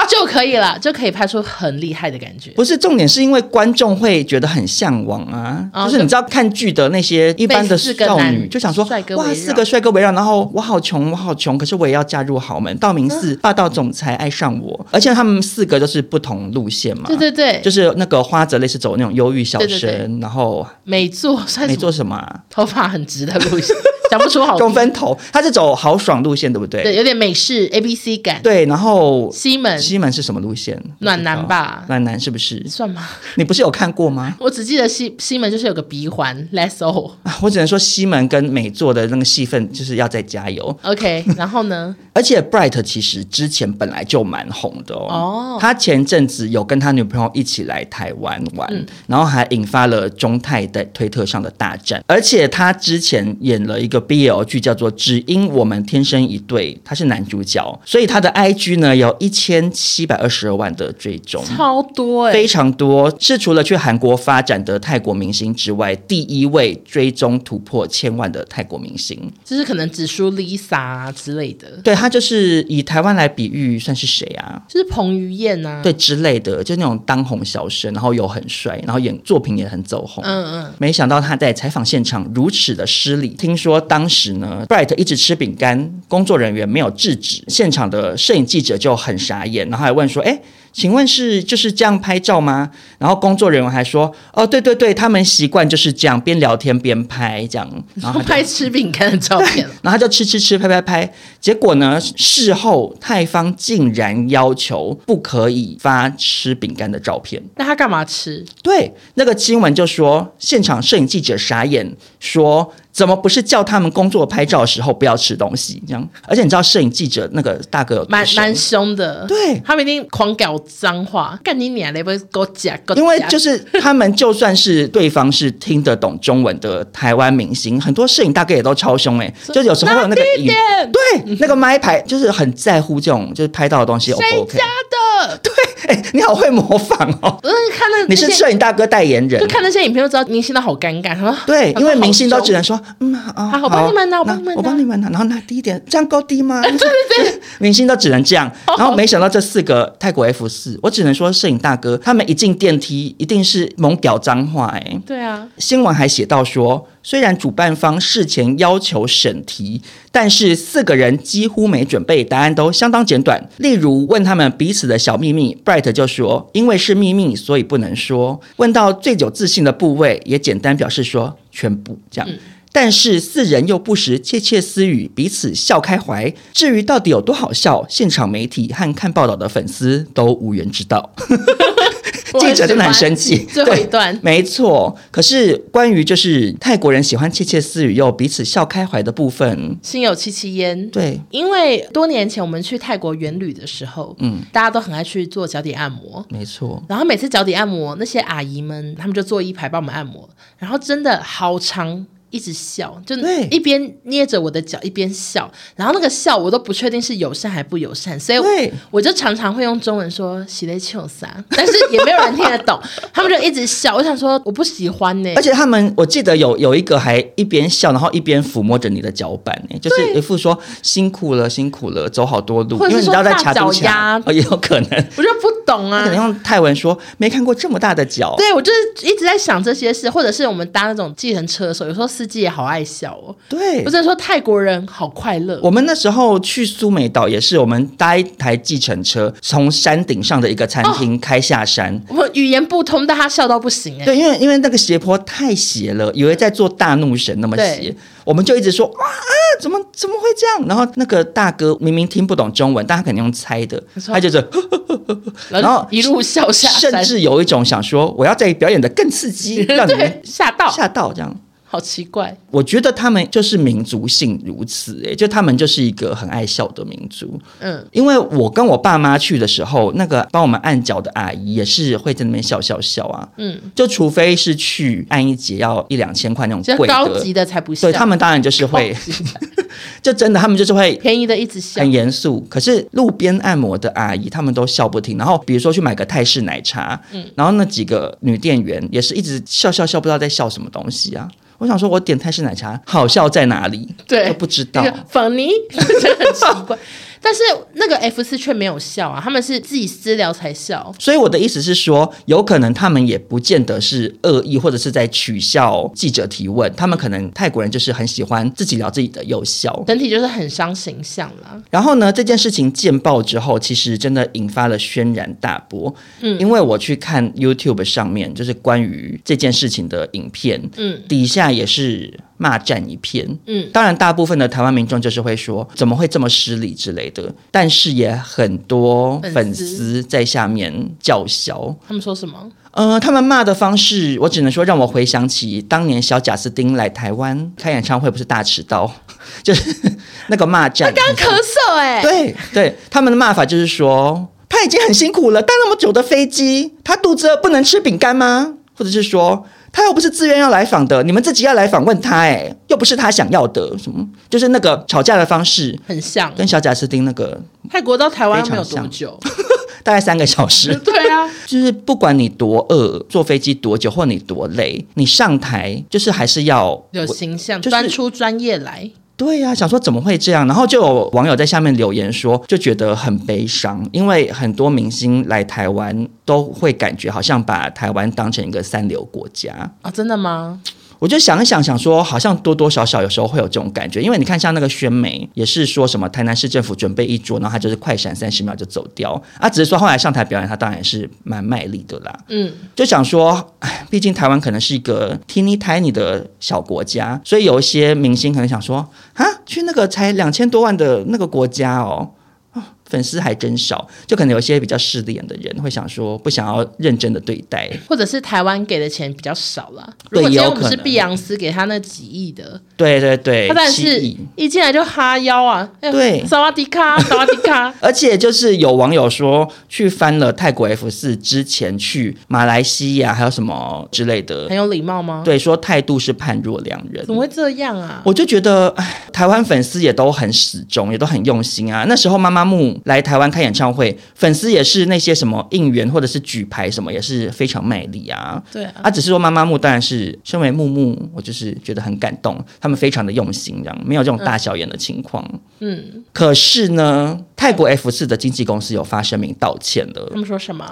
就可以了，就可以拍出很厉害的感觉。不是重点，是因为观众会觉得很向往啊，哦就是你知道看剧的那些一般的被四个少女男就想说帅，哥围哇，绕四个帅哥围绕，然后我好穷，我好穷，可是我也要嫁入豪门，道明寺嗯霸道总裁爱上我，而且他们四个都是不同路线嘛，对对对，就是那个花泽类是走那种忧郁小生，对对然后美作算没什么？做什么啊、头发很直的路线， 讲不出好听中分头，他是走豪爽路线，对不对？对，有点美式 A B C 感。对然后西门西门是什么路线？暖男吧暖男是不是？算吗？你不是有看过吗？ 我只记得西西门就是有个鼻环，Let's all 啊，我只能说西门跟美作的那个戏份就是要再加油。 OK。然后呢？而且 Bright 其实之前本来就蛮红的哦，哦他前阵子有跟他女朋友一起来台湾玩，嗯然后还引发了中泰在推特上的大战。而且他之前演了一个 BL 剧，叫做《只因我们天生一对》，他是男主角，所以他的 IG 呢有一千七百二十二万的追踪。超多哎、非常多，欸是除了去韩国发展的泰国明星之外，第一位追踪突破千万的泰国明星。就是可能只输 Lisa 啊之类的，对他就是以台湾来比喻，算是谁啊？就是彭于晏啊。对，之类的，就那种当红小生，然后又很帅，然后演作品也很走红。嗯嗯，没想到他在采访现场如此的失礼。听说当时呢，Bright 一直吃饼干，工作人员没有制止，现场的摄影记者就很傻眼，然后还问说：“哎，请问是就是这样拍照吗？”然后工作人员还说：“哦，对对对，他们习惯就是这样，边聊天边拍这样。”然然后后他拍就吃饼干的照片 了，然后他就吃吃吃拍拍拍，结果呢，事后泰方竟然要求不可以发吃饼干的照片。那他干嘛吃？对，那个新闻就说，现场摄影记者傻眼，说怎么不是叫他们工作拍照的时候不要吃东西这样？而且你知道摄影记者那个大哥有多蛮凶蛮凶的，对他们一定狂搞脏话，干你娘嘞！不给我夹，给我夹因为就是他们就算是对方是听得懂中文的台湾明星，很多摄影大哥也都超凶哎、就有时候会有那个哪里影，点对，那个麦牌就是很在乎这种就是拍到的东西 O 不谁 OK？家的？对，哎、你好会模仿哦，我那看那你是那些摄影大哥代言就人。看那些影片就知道明星都好尴尬，然后对，因为明星都好只。能说，嗯啊，好我帮你们拿我那帮你们拿我帮你们拿，然后拿低一点，这样够 低吗？对对对， 明星都只能这样。哦然后没想到这四个泰国 F 四，我只能说摄影大哥，他们一进电梯一定是猛屌脏话哎、凶对啊，新闻还写到说，虽然主办方事前要求审题，但是四个人几乎没准备，答案都相当简短。例如问他们彼此的小秘密，Bright 就说因为是秘密，所以不能说。问到最有自信的部位，也简单表示说全部这样。但是四人又不时窃窃私语，彼此笑开怀。至于到底有多好笑，现场媒体和看报道的粉丝都无人知道。记者真的很生气。 最后一段对没错。可是关于就是泰国人喜欢窃窃私语又彼此笑开怀的部分，心有戚戚焉。对，因为多年前我们去泰国远旅的时候，嗯，大家都很爱去做脚底按摩，没错。然后每次脚底按摩，那些阿姨们她们就坐一排帮我们按摩，然后真的好长。一直笑，就对一边捏着我的脚一边笑，然后那个笑我都不确定是友善还不友善，所以我对我就常常会用中文说“喜雷丘撒”， 但是也没有人听得懂，他们就一直笑。我想说我不喜欢呢、而且他们，我记得有有一个还一边笑，然后一边抚摸着你的脚板、欸，就是对一副说辛苦了，辛苦了，走好多路，或者因是为你知道在卡都说大脚卡丫，哦，也有可能，我就不懂他啊可能。用泰文说没看过这么大的脚，对，我就是一直在想这些事，或者是我们搭那种计程车的时候，有时候司机也好爱笑哦。对，我只能说泰国人好快乐，我们那时候去苏梅岛也是，我们搭一台计程车，从山顶上的一个餐哦厅开下山，我们语言不通，但他笑到不行哎、对，因为因为那个斜坡太斜了，以为在做大怒神那么斜对，我们就一直说哇啊，怎么怎么会这样？然后那个大哥明明听不懂中文，但他肯定用猜的，错他就是 呵呵然然后后一路笑下甚山， 至有一种想说我要再表演的更刺激，让你们对 吓到，吓到这样。好奇怪。我觉得他们就是民族性如此、欸，就他们就是一个很爱笑的民族。嗯，因为我跟我爸妈去的时候，那个帮我们按脚的阿姨也是会在那边笑笑笑啊。嗯嗯，就除非是去按一节要一两千块那种就贵的，高级的才不笑，哦对他们当然就是会高级的就真的他们就是会便宜的一直笑很。严肃，可是路边按摩的阿姨她们都笑不停。然后比如说去买个泰式奶茶，嗯然后那几个女店员也是一直笑笑笑，不知道在笑什么东西啊。我想说，我点泰式奶茶好笑在哪里？对都不知道那。个粉泥，真的很奇怪。 但是那个 F 四却没有笑啊，他们是自己私聊才笑。所以我的意思是说，有可能他们也不见得是恶意，或者是在取笑记者提问。他们可能泰国人就是很喜欢自己聊自己的又笑。整体就是很伤形象啦。然后呢，这件事情见报之后，其实真的引发了轩然大波。嗯，因为我去看 YouTube 上面就是关于这件事情的影片，嗯，底下也是骂战一片。嗯当然大部分的台湾民众就是会说怎么会这么失礼之类的，但是也很多粉丝粉丝在下面叫嚣。他们说什么？呃，他们骂的方式，我只能说让我回想起当年小贾斯汀来台湾开演唱会，不是大迟到， 就是那个骂战。啊刚咳嗽哎、对对，他们的骂法就是说，他已经很辛苦了，搭那么久的飞机，他肚子饿不能吃饼干吗？或者是说，他又不是自愿要来访的，你们自己要来访问他、哎，又不是他想要的，什么就是那个吵架的方式，很像。跟小贾斯汀那个泰国到台湾没有非多常久， 大概三个小时。对啊，就是不管你多饿，坐飞机多久，或你多累，你上台就是还是要有形象，就是端出专业来。对呀、想说怎么会这样？然后就有网友在下面留言说，就觉得很悲伤，因为很多明星来台湾都会感觉好像把台湾当成一个三流国家。啊，真的吗？我就想一想，想说好像多多少少有时候会有这种感觉，因为你看像那个宣美也是说什么台南市政府准备一桌，然后他就是快闪三十秒就走掉啊，只是说后来上台表演，他当然是蛮卖力的啦。嗯，就想说，唉毕竟台湾可能是一个 teeny tiny 的小国家，所以有一些明星可能想说，啊，去那个才两千多万的那个国家哦。啊粉丝还真少，就可能有一些比较势利眼的人会想说，不想要认真的对待，或者是台湾给的钱比较少啦。如对果今也天有我们可是能碧昂斯给他那几亿的，对对对，他当然七是亿一进来就哈腰啊，哎呦对。萨瓦迪卡，萨瓦迪卡 而且就是有网友说，去翻了泰国 F 四之前去马来西亚还有什么之类很的，有礼貌吗？对，说态度是判若两人怎。么会这样啊？我就觉得，唉台湾粉丝也都很始终，也都很用心啊。那时候妈妈木来台湾开演唱会，粉丝也是那些什么应援或者是举牌什么，也是非常卖力啊。对啊，啊，只是说妈妈木当然是身为木木，我就是觉得很感动，他们非常的用心，这样没有这种大小眼的情况。嗯，可是呢，泰国 F 四的经纪公司有发声明道歉了他。们说什么？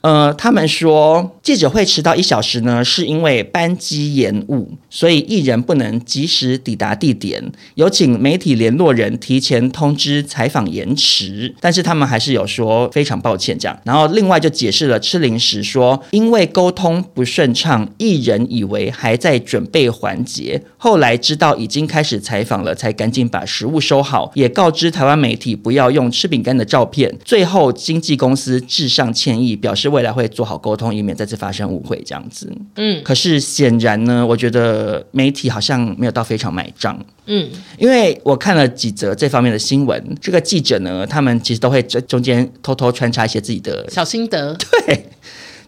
呃，他们说记者会迟到一小时呢，是因为班机延误，所以艺人不能及时抵达地点，有请媒体联络人提前通知采访延迟。但是他们还是有说非常抱歉这样，然后另外就解释了吃零食说，因为沟通不顺畅，艺人以为还在准备环节，后来知道已经开始采访了，才赶紧把食物收好，也告知台湾媒体不要用吃饼干的照片。最后，经纪公司致上歉意，表示未来会做好沟通，以免再次发生误会。这样子，嗯可是显然呢，我觉得媒体好像没有到非常买账。嗯，因为我看了几则这方面的新闻，这个记者呢，他们其实都会在中间偷偷穿插一些自己的小心得，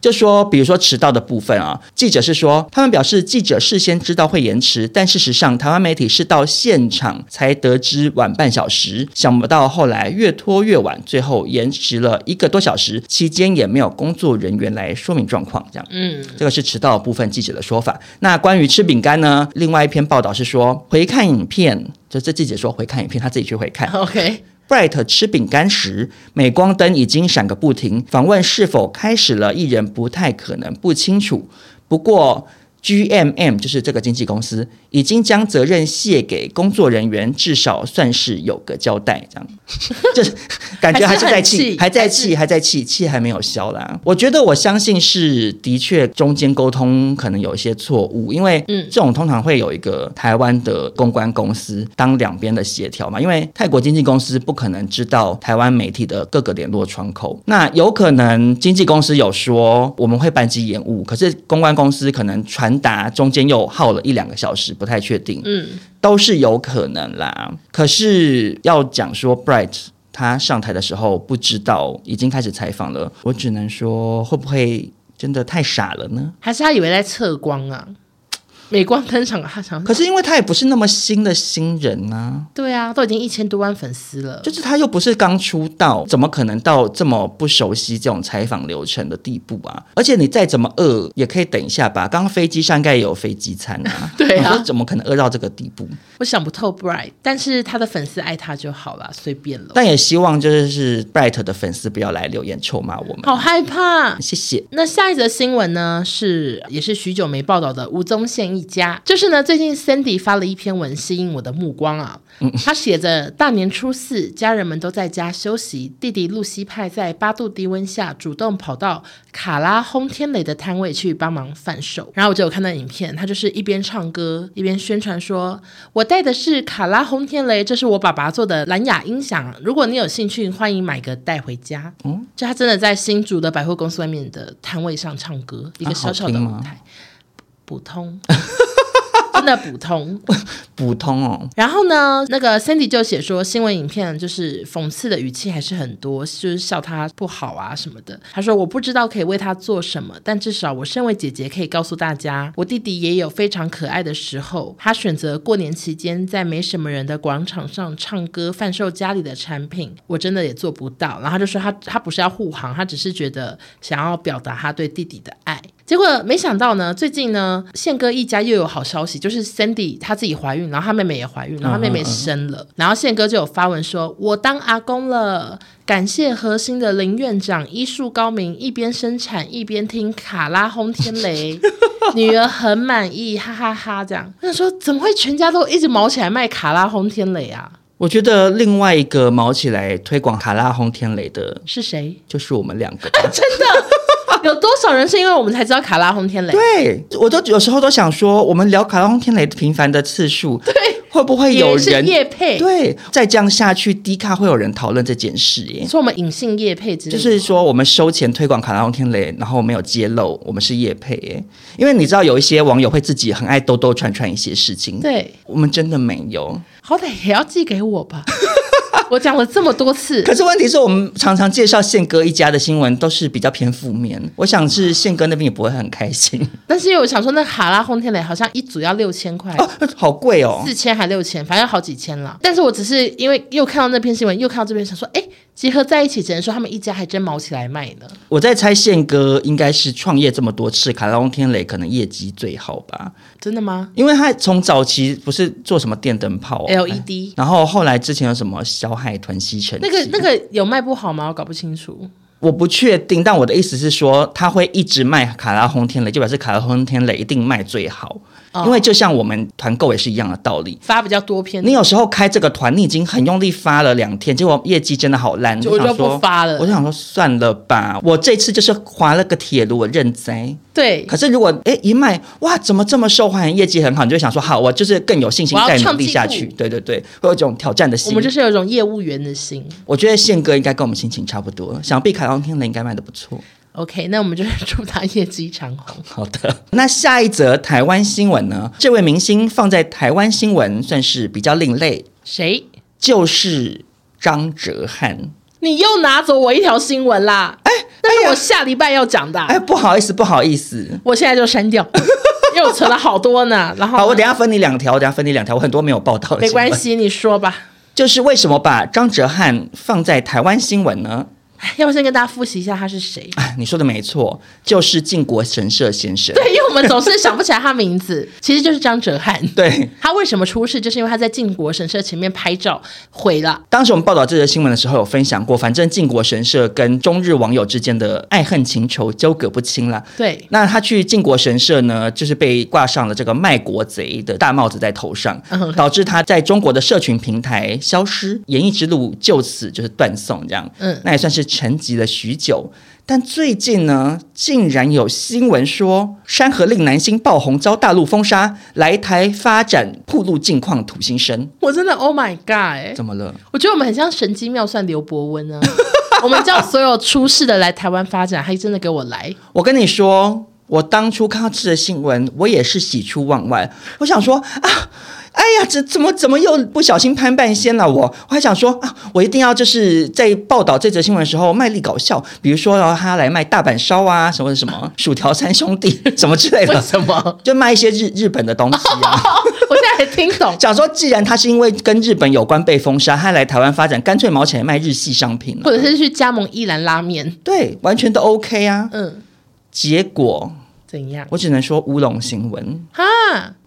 就说，比如说迟到的部分啊，记者是说，他们表示记者事先知道会延迟，但事实上，台湾媒体是到现场才得知晚半小时，想不到后来越拖越晚，最后延迟了一个多小时，期间也没有工作人员来说明状况，这样。嗯，这个是迟到的部分记者的说法。那关于吃饼干呢？另外一篇报道是说，回看影片，就这记者说回看影片，他自己去回看。 OK， Bright 吃饼干时，镁光灯已经闪个不停。访问是否开始了，艺人不太可能不清楚。不过，GMM 就是这个经纪公司，已经将责任卸给工作人员，至少算是有个交代。这样， 就是感觉还是在气， 还还是很在气气，还在气，气还没有消啦。我觉得，我相信是的确中间沟通可能有一些错误，因为嗯这种通常会有一个台湾的公关公司当两边的协调嘛，因为泰国经纪公司不可能知道台湾媒体的各个联络窗口，那有可能经纪公司有说我们会班机延误，可是公关公司可能传达中间又耗了一两个小时，不太确定，嗯，都是有可能啦。可是要讲说 Bright。他上台的时候不知道已经开始采访了，我只能说会不会真的太傻了呢？还是他以为在测光啊？美光登场，他想，可是因为他也不是那么新的新人呐、对啊，都已经一千多万粉丝了，，就是他又不是刚出道，怎么可能到这么不熟悉这种采访流程的地步啊？而且你再怎么饿，也可以等一下吧。刚刚飞机上应该也有飞机餐啊 对啊我说怎么可能饿到这个地步？我想不透 Bright，但是他的粉丝爱他就好了，随便了，但也希望就是 Bright 的粉丝不要来留言臭骂我们，好害怕。啊谢谢。那下一则新闻呢，是也是许久没报道的吴宗宪一家。就是呢，最近 Sandy 发了一篇文吸引我的目光啊。他写着大年初四，家人们都在家休息，弟弟露西派在八度低温下主动跑到卡拉轰天雷的摊位去帮忙贩售。然后我就有看到影片，他就是一边唱歌一边宣传说：“我带的是卡拉轰天雷，这是我爸爸做的蓝牙音响，如果你有兴趣，欢迎买个带回家。”哦就他真的在新竹的百货公司外面的摊位上唱歌，一个小小的啊好听舞吗台，普通， 真的普通。普通哦，然后呢，那个 Sandy 就写说，新闻影片就是讽刺的语气还是很多，就是笑他不好啊什么的。他说我不知道可以为他做什么，但至少我身为姐姐可以告诉大家，我弟弟也有非常可爱的时候。他选择过年期间在没什么人的广场上唱歌，贩售家里的产品，我真的也做不到。然后他就说他他不是要护航，他只是觉得想要表达他对弟弟的爱。结果没想到呢，最近呢，宪哥一家又有好消息，就是 Sandy 她自己怀孕，然后她妹妹也怀孕，嗯然后她妹妹生了，然后宪哥就有发文说：“我当阿公了，感谢核心的林院长，医术高明，一边生产一边听卡拉轰天 雷，女儿很满意，哈哈哈这样，那说怎么会全家都一直毛起来卖卡拉轰天雷啊？我觉得另外一个毛起来推广卡拉轰天雷的，是谁？就是我们两个吧。 真的有多少人是因为我们才知道卡拉轰天雷？对，我都有时候都想说，我们聊卡拉轰天雷频繁的次数，对，会不会有也是人叶配，对再这样下去，低咖会有人讨论这件事耶？说我们隐性叶配之类的。就是说，我们收钱推广卡拉轰天雷，然后没有揭露我们是叶配耶，因为你知道有一些网友会自己很爱兜兜串串一些事情，对，我们真的没有。好歹也要寄给我吧。 我讲了这么多次，可是问题是我们常常介绍宪哥一家的新闻都是比较偏负面，我想是宪哥那边也不会很开心但是因为我想说，那卡拉轰天雷好像一组要六千块。哦，好贵哦。四千还六千，反正好几千啦。但是我只是因为又看到那篇新闻，又看到这边，想说，哎、结合在一起，只能说他们一家还真毛起来卖呢。我在猜宪哥应该是创业这么多次，卡拉翁天雷可能业绩最好吧，真的吗因为他从早期不是做什么电灯泡、啊？LED 然后后来之前有什么小海豚吸尘器，E 那个那个有卖不好吗？我搞不清楚。我不确定，但我的意思是说，他会一直卖卡拉轰天雷，就表示卡拉轰天雷一定卖最好，哦因为就像我们团购也是一样的道理。发比较多篇，你有时候开这个团，你已经很用力发了两天，结果业绩真的好烂，你我就想说不发了我就想说算了吧，我这次就是划了个铁路，我认栽。对可，是如果哎一卖哇，怎么这么受欢迎，业绩很好，你就会想说好，我就是更有信心我要再努创力纪下录去。对对对，会有一种挑战的我心。们就是有一种业务员的心。我觉得宪哥应该跟我们心情差不多，想必卡通天雷应该卖的不错。 OK，那我们就是 祝他业绩长虹。好的，那下一则台湾新闻呢？这位明星放在台湾新闻算是比较另类，谁？就是张哲瀚。你又拿走我一条新闻啦！哎，那是我下礼拜要讲的啊，哎，不好意思，不好意思。我现在就删 掉，因为我存了好多呢。然后好，我等一下分你两条，我等一下分你两条，我很多没有报道的。没关，系，你说吧。就是为什么把张哲瀚放在台湾新闻呢？ 哎要不先跟大家复习一下他是谁？哎，你说的没错，就是靖国神社先生。对，因为我们总是想不起来他名字，其实就是张哲瀚。对他为什么出事？就是因为他在靖国神社前面拍照毁了。当时我们报道这则新闻的时候有分享过，反正靖国神社跟中日网友之间的爱恨情仇纠葛不清啦。对，那他去靖国神社呢，就是被挂上了这个卖国贼的大帽子在头上嗯，导致他在中国的社群平台消失，演艺之路就此就是断送这样。嗯那也算是沉寂了许久。但最近呢，竟然有新闻说《山河令》男星爆红遭大陆封杀，来台发展铺路近况土星生，我真的 Oh my God！哎、怎么了？我觉得我们很像神机妙算刘伯温 啊。我们叫所有出事的来台湾发展，还真的给我来。我跟你说。我当初看到这则新闻，我也是喜出望外。我想说啊，哎呀，这怎么怎么又不小心攀半仙了我？我还想说啊，我一定要就是在报道这则新闻的时候卖力搞笑，比如说然后他来卖大阪烧啊，什么 什么薯条三兄弟 什么之类为的，什 么？就卖一些日日本的东西啊。 我现在还听懂，想说，既然他是因为跟日本有关被封杀，他来台湾发展，干脆毛起来卖日系商品了。或者是去加盟一兰拉面，对，完全都 OK 啊。嗯，结果怎样？我只能说乌龙新闻。哈，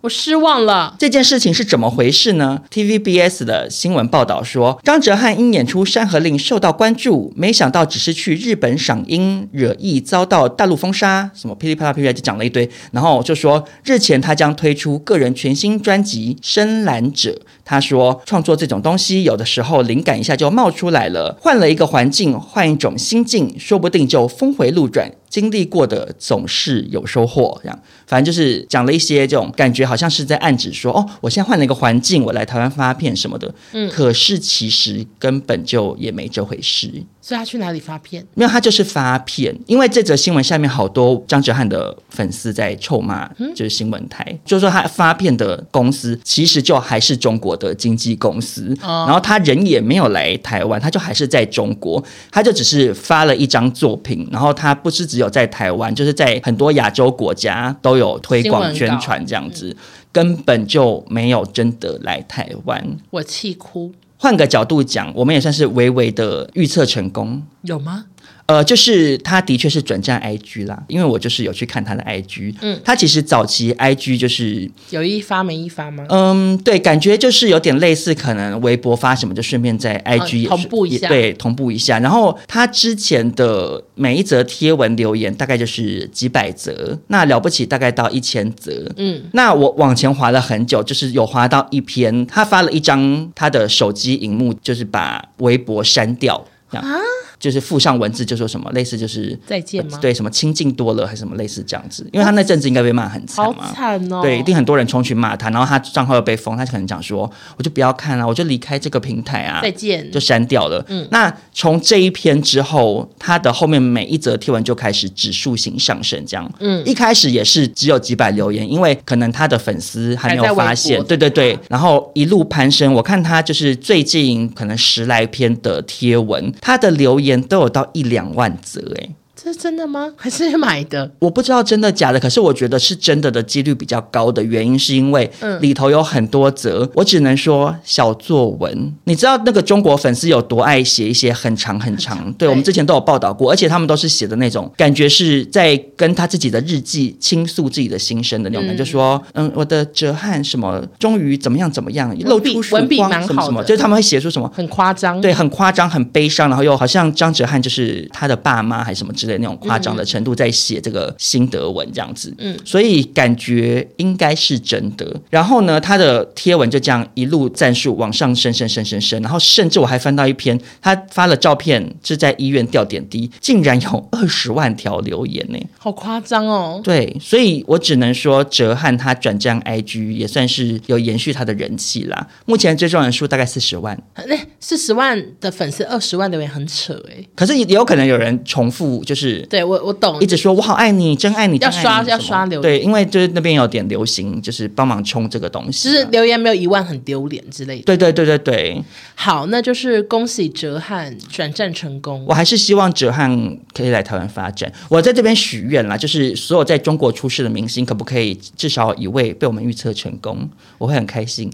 我失望了。这件事情是怎么回事呢？TVBS 的新闻报道说，张哲瀚因演出《山河令》受到关注，没想到只是去日本赏樱，惹意遭到大陆封杀，什么噼里啪啦噼里啪啦就讲了一堆，然后就说日前他将推出个人全新专辑《深蓝者》。他说，创作这种东西，有的时候灵感一下就冒出来了，换了一个环境，换一种心境，说不定就峰回路转。经历过的总是有收获，这样，反正就是讲了一些这种感觉，好像是在暗指说，哦，我现在换了一个环境，我来台湾发片什么的，嗯，可是其实根本就也没这回事，所以他去哪里发片？没有，他就是发片，因为这则新闻下面好多张哲瀚的粉丝在臭骂，嗯就是新闻台，就说他发片的公司其实就还是中国的经纪公司，哦然后他人也没有来台湾，他就还是在中国，他就只是发了一张作品，然后他不是只有在台湾，就是在很多亚洲国家都有推广新闻稿宣传这样子，根本就没有真的来台湾。我气哭，换个角度讲，我们也算是微微的预测成功。有吗？呃，就是他的确是转战 IG 啦，因为我就是有去看他的 IG，嗯嗯，他其实早期 IG 就是，有一发没一发吗？嗯，对，感觉就是有点类似，可能微博发什么就顺便在 IG 也是、哦同步一也下对，同步一下。然后他之前的每一则贴文留言大概就是几百则，那了不起大概到一千则，嗯，那我往前滑了很久，就是有滑到一篇，他发了一张他的手机荧幕，就是把微博删掉，这啊样，就是附上文字，就说什么类似就是再见吗呃对，什么亲近多了还是什么类似这样子，因为他那阵子应该被骂很惨好嘛。惨哦。对，一定很多人冲去骂他，然后他账号又被封，他可能讲说，我就不要看了、我就离开这个平台啊，再见就。删掉了。嗯，那从这一篇之后，它的后面每一则贴文就开始指数型上升，这样。嗯嗯，一开始也是只有几百留言，因为可能他的粉丝还没还在有微博啊发现，对对对，然后一路攀升。我看他就是最近可能十来篇的贴文，他的留言都有到一两万则、欸，这是真的吗？还是买的？我不知道真的假的，可是我觉得是真的的几率比较高的原因，是因为嗯里头有很多则，我只能说小作文。你知道那个中国粉丝有多爱写一些很长很长，对对我们之前都有报道过，而且他们都是写的那种感觉是在跟他自己的日记倾诉自己的心声的那种感嗯觉，就说嗯，我的哲瀚什么终于怎么样怎么样，露笔出曙文笔光蛮什么好什么，的就是他们会写出什么很夸张。对，很夸张，很悲伤，然后又好像张哲瀚就是他的爸妈还是什么之类那种夸张的程度，在写这个心得文这样子。嗯嗯，所以感觉应该是真的。然后呢，他的贴文就这样一路战术往上升，升，升，升，升。然后甚至我还翻到一篇，他发了照片是在医院吊点滴，竟然有 二十万条留言呢、好夸张哦。对，所以我只能说，哲瀚他转战 IG 也算是有延续他的人气啦。目前追踪人数大概四十万。那哎四十万的粉丝，二十万的人很扯哎、可是也有可能有人重复，就是对我我懂一，直说“我好爱你，真爱你”，要真爱刷你要什么刷流对，因为就是那边有点流行，就是帮忙冲这个东西只啊。是留言没有一万很丢脸之类的。对对对对对，好，那就是恭喜哲瀚转战成功我。还是希望哲瀚可以来台湾发展。我在这边许愿啦，就是所有在中国出世的明星，可不可以至少一位被我们预测成功？我会很开心。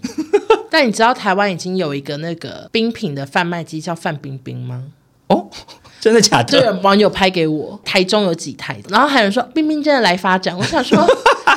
但你知道台湾已经有一个那个冰品的贩卖机叫范冰冰吗？哦，真的假就有的？网友拍给我，台中有几台，然后还有人说冰冰真的来发展，我想 说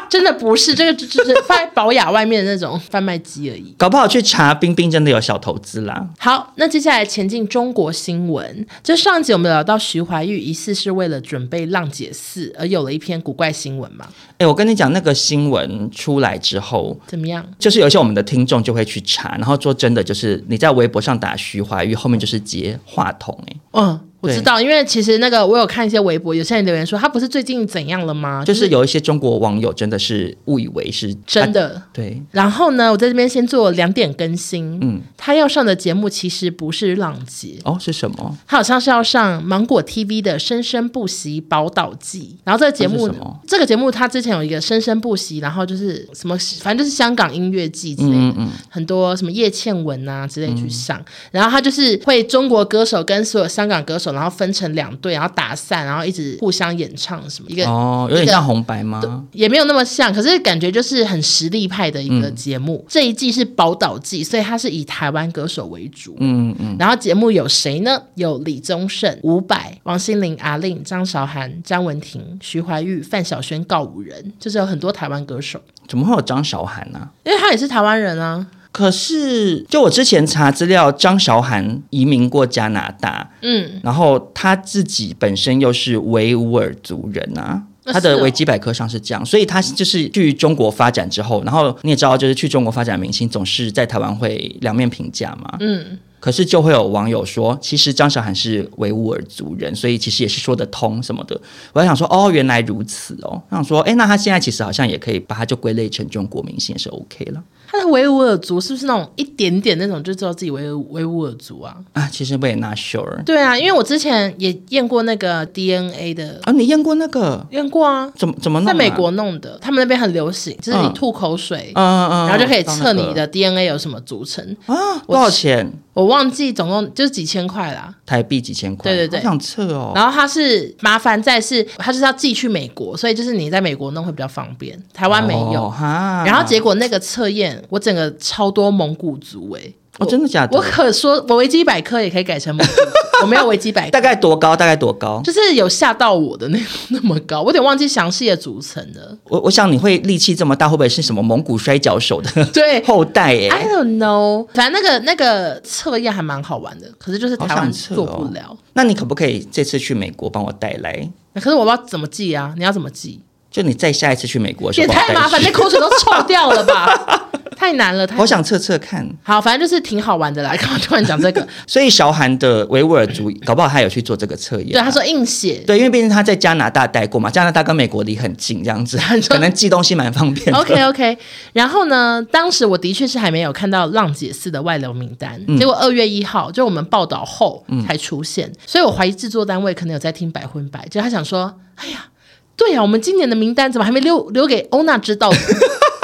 真的不是，这个只是放在宝雅外面的那种贩卖机而已。搞不好去查冰冰真的有小投资啦。好，那接下来前进中国新闻。就上集我们聊到徐怀钰疑似是为了准备《浪姐四》而有了一篇古怪新闻嘛？哎，我跟你讲，那个新闻出来之后，怎么样？就是有一些我们的听众就会去查，然后说真的，就是你在微博上打徐怀钰，后面就是接话筒、欸，嗯，我知道，因为其实那个我有看一些微博，有些人留言说他不是最近怎样了吗？就是有一些中国网友真的是误以为是真啊的。对，哎然后呢，我在这边先做两点更新。嗯，他要上的节目其实不是浪姐，哦，是什么？他好像是要上芒果 TV 的《生生不息宝岛记》。然后这个节目这是什么，这个节目他之前有一个《生生不息》，然后就是什么，反正就是香港音乐季之类的，嗯很多什么叶倩文啊之类去上。然后他就是会中国歌手跟所有香港歌手，然后分成两队，然后打散，然后一直互相演唱什么一个。哦，有点像红白吗？也没有那么像，可是感觉就是很实力派的一个嗯节目。这一季是宝岛季，所以它是以台湾歌手为主。嗯嗯，然后节目有谁呢？有李宗盛、伍佰、王心凌、阿令、张韶涵、张文婷、徐怀钰、范晓萱、告五人，就是有很多台湾歌手，怎么会有张韶涵呢、因为他也是台湾人啊。可是，就我之前查资料，张韶涵移民过加拿大，嗯，然后她自己本身又是维吾尔族人啊。那她是的哦维基百科上是这样，所以她就是去中国发展之后，然后你也知道，就是去中国发展，明星总是在台湾会两面评价嘛。嗯，可是就会有网友说，其实张韶涵是维吾尔族人，所以其实也是说得通什么的。我在想说，哦，原来如此哦。我想说，哎，那她现在其实好像也可以把她就归类成中国明星，也是 OK 了他的维吾尔族是不是那种一点点那种就知道自己维吾维吾尔族啊？啊。其实我也 not sure。对啊，因为我之前也验过那个 DNA 的，啊，你验过那个？验过啊，怎么怎么弄、啊？在美国，弄的，他们那边很流行，就是你嗯吐口水，嗯嗯嗯，然后就可以到测那你个的 DNA 有什么组成。啊，我多少钱？我忘记总共就是几千块啦。台币几千块，对对对好想测哦。然后它是麻烦在是它就是要寄去美国，所以就是你在美国弄会比较方便，台湾没有。哦哈，然后结果那个测验，我整个超多蒙古族哎、哦，真的假的？我可说，我维基百科也可以改成蒙古族，我没有维基 百大科，概多高？大概多高？就是有吓到我的那种那么高，我有点忘记详细的组成 了。我我想你会力气这么大，会不会是什么蒙古摔跤手的 对哎后代、欸？ I don't know，反正那个那个测验还蛮好玩的，可是就是好台湾想测哦做不了。那你可不可以这次去美国帮我带来？可是我不知道怎么记啊，你要怎么记？就你再下一次去美国的时也候帮我太带麻烦，那去。口水都臭掉了吧？ 太难了，太难了我想测测看，好，反正就是挺好玩的啦。刚刚突然讲这个，所以韶涵的维吾尔族，搞不好他有去做这个测验。对他说硬 写。对，因为毕竟他在加拿大待过嘛，加拿大跟美国离很近，这样子可能寄东西蛮方便的。 OK OK，然后呢？当时我的确是还没有看到浪姐四的外流名单，结果二月一号就我们报道后才出现，所以我怀疑制作单位可能有在听百分百，就他想说，哎呀，对呀、我们今年的名单怎么还没留留给欧娜知道呢？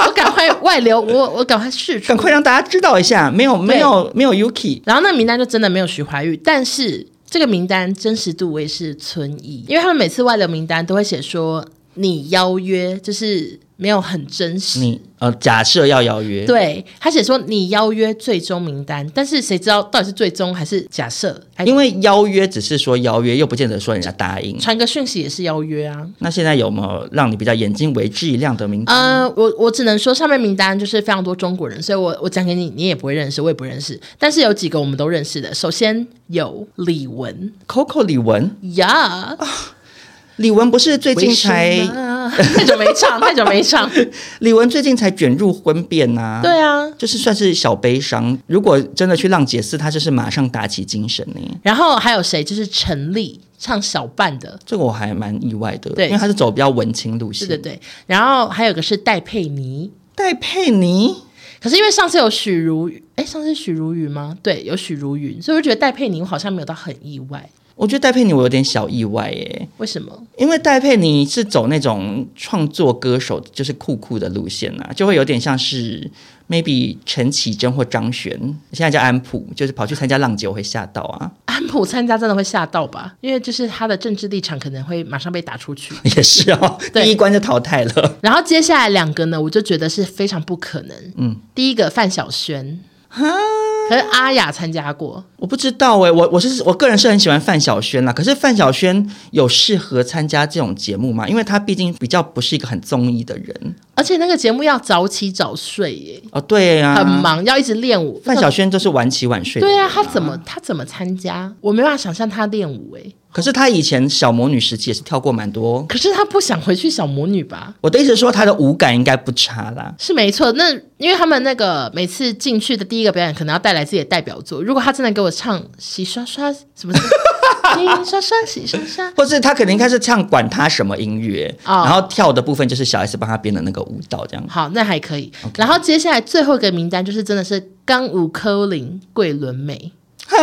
我赶快外流，我我赶快试出赶，快让大家知道一下，没有没有没有 Yuki，然后那名单就真的没有徐怀钰，但是这个名单真实度我也是存疑，因为他们每次外流名单都会写说你邀约，就是没有很真实。你呃假设要邀约，对他写说你邀约最终名单，但是谁知道到底是最终还是假设？还因为邀约只是说邀约，又不见得说人家答应。传个讯息也是邀约啊。那现在有没有让你比较眼睛为之一亮的名单？呃，我我只能说上面名单就是非常多中国人，所以我我讲给你，你也不会认识，我也不认识。但是有几个我们都认识的，首先有李玟 Coco 李玟，呀， 李玟不是最近为什才么太久没唱，太久没唱。李玟最近才卷入婚变呐、对啊，就是算是小悲伤。如果真的去浪姐四，她就是马上打起精神呢、然后还有谁？就是陈粒唱小半的，这个我还蛮意外的，对因为她是走比较文青路线。对对对。然后还有个是戴佩妮，戴佩妮，可是因为上次有许茹，哎，上次是许茹芸吗？对，有许茹芸，所以我就觉得戴佩妮我好像没有到很意外。我觉得戴佩妮我有点小意外耶，为什么？因为戴佩妮是走那种创作歌手，就是酷酷的路线啊，就会有点像是 maybe 陈绮贞或张悬，现在叫安普，就是跑去参加浪姐，我会吓到啊， 安普参加真的会吓到吧？因为就是他的政治立场可能会马上被打出去。也是哦，对第一关就淘汰了然后接下来两个呢，我就觉得是非常不可能。嗯，第一个范晓萱，啊。可是阿雅参加过，我不知道哎、我我是我个人是很喜欢范晓萱啦，可是范晓萱有适合参加这种节目吗？因为她毕竟比较不是一个很综艺的人而且那个节目要早起早睡耶，哦，对啊，很。忙，要一直练舞。范晓萱都是晚起晚睡的对人啊，他怎么他怎么参加？我没办法想象他练舞诶、可是她以前小魔女时期也是跳过蛮多。可是他不想回去小魔女吧？我的意思是说，她的舞感应该不差啦。是没错，那因为他们那个每次进去的第一个表演，可能要带来自己的代表作。如果他真的给我唱洗刷刷什么什 心刷刷洗刷刷。或是他可能应该是唱管他什么音乐，哦然后跳的部分就是小 S 帮他编的那个舞蹈这样。好，那还可以。然后接下来最后一个名单就是真的是刚武扣零桂纶镁，啊！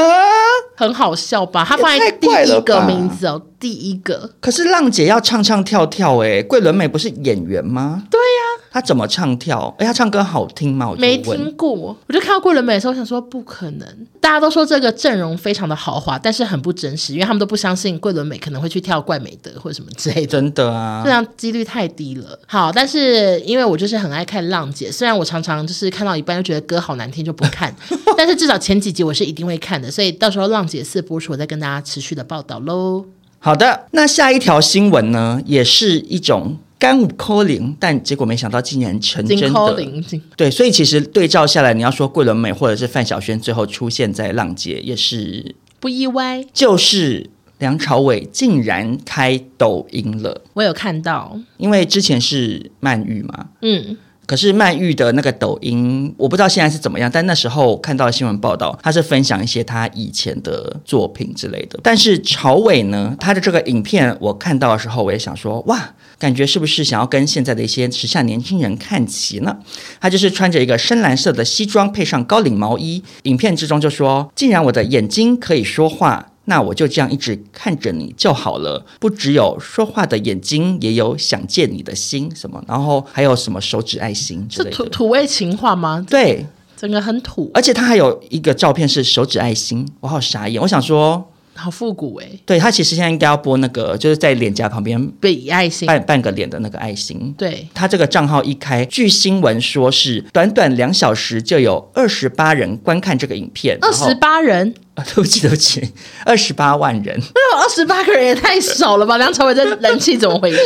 很好笑吧？他也放在太第怪一了个吧名字哦，第一个。可是浪姐要唱唱跳跳、欸，哎，桂纶镁不是演员吗？对呀、她怎么唱跳？哎、她唱歌好听吗？我就没问听过，我就看到桂纶镁的时候，我想说不可能。大家都说这个阵容非常的豪华，但是很不真实，因为他们都不相信桂纶镁可能会去跳怪美德或者什么之类的。真的啊这，样几率太低了。好，但是因为我就是很爱看浪姐，虽然我常常就是看到一半就觉得歌好难听就不 看，但是至少前几集我是一定会看的，所以到时候浪姐四播出，我再跟大家持续的报道喽。好的，那下一条新闻呢，也是一种干五扣零，但结果没想到竟然成紧真扣的。零紧对，所以其实对照下来，你要说桂纶镁或者是范晓萱最后出现在浪姐，也是不意外，就是梁朝伟竟然开抖音了，我有看到，因为之前是曼玉嘛。嗯，可是曼玉的那个抖音，我不知道现在是怎么样，但那时候看到新闻报道，他是分享一些他以前的作品之类的。但是朝伟呢，他的这个影片我看到的时候，我也想说，哇，感觉是不是想要跟现在的一些时下年轻人看齐呢？他就是穿着一个深蓝色的西装，配上高领毛衣，影片之中就说：“既然我的眼睛可以说话。”那我就这样一直看着你就好了，不只有说话的眼睛，也有想见你的心什么，然后还有什么手指爱心之是类土的。土味情话吗？对，整个很土，而且他还有一个照片是手指爱心，我好傻眼。我想说，好复古哎、欸，对他其实现在应该要播那个，就是在脸颊旁边被爱心半半个脸的那个爱心。对。他这个账号一开，据新闻说是短短两小时就有二十八人观看这个影片，二然后十八人，啊， 对不起对不起，二十八万人那二十八个人也太少了吧？梁朝伟这人气怎么 回事？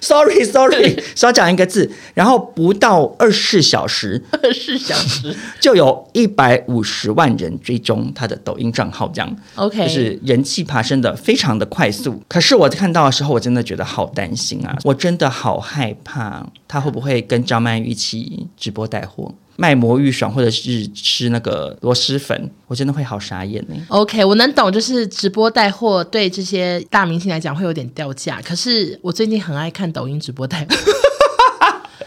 ，sorry sorry，少讲一个字，然后不到二十四小时二十小时就有一百五十万人追踪他的抖音账号，这样，OK，就是人气爬升的非常的快速。可是我看到的时候，我真的觉得好担心啊！我真的好害怕，他会不会跟张曼玉一起直播带货，卖魔芋爽，或者是吃那个螺蛳粉？我真的会好傻眼呢、 OK，我能懂，就是直播带货对这些大明星来讲会有点掉价。可是我最近很爱看抖音直播带货，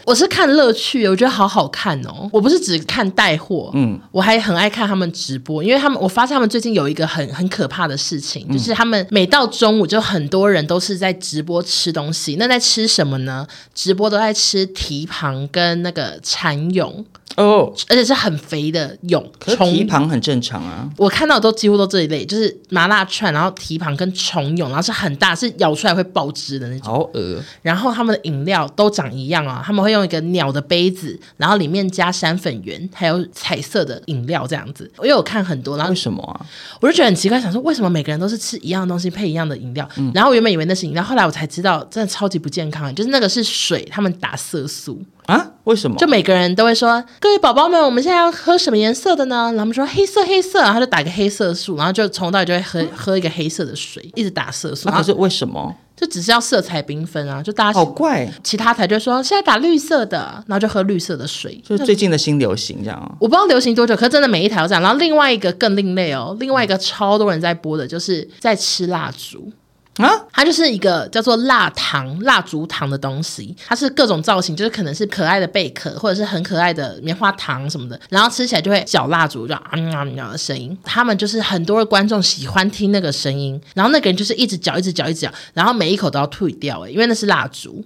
我是看乐趣，我觉得好好看哦。我不是只看带货，嗯，我还很爱看他们直播，因为他们我发现他们最近有一个很很可怕的事情，嗯就是他们每到中午就很多人都是在直播吃东西。那在吃什么呢？直播都在吃蹄膀跟那个蚕蛹，哦，而且是很肥的蛹，可是虫蹄膀很正常啊。我看到都几乎都这一类，就是麻辣串，然后蹄膀跟虫蛹，然后是很大，是咬出来会爆汁的那种。好恶，然后他们的饮料都长一样啊，他们会用一个鸟的杯子，然后里面加山粉圆，还有彩色的饮料这样子。我有看很多，然后为什么啊？我就觉得很奇怪，想说为什么每个人都是吃一样的东西配一样的饮料？然后我原本以为那是饮料，后来我才知道真的超级不健康，啊就是那个是水，他们打色素。啊，为什么？就每个人都会说：“各位宝宝们，我们现在要喝什么颜色的呢？”然后他们说：“黑色，黑色。”然后他就打个黑色素，然后就从头到尾就会喝、喝一个黑色的水，一直打色素。然啊、可后是为什么？就只是要色彩缤纷啊，就大家好怪，其他台就说现在打绿色的，然后就喝绿色的水。就是最近的新流行这样哦。我不知道流行多久，可是真的每一台都这样。然后另外一个更另类哦，另外一个超多人在播的就是在吃蜡烛。啊，它就是一个叫做蜡糖、蜡烛糖的东西，它是各种造型，就是可能是可爱的贝壳，或者是很可爱的棉花糖什么的，然后吃起来就会小蜡烛，就啊喵喵的声音。他们就是很多的观众喜欢听那个声音，然后那个人就是一直嚼、一直嚼、一直嚼，然后每一口都要吐掉、欸，因为那是蜡烛。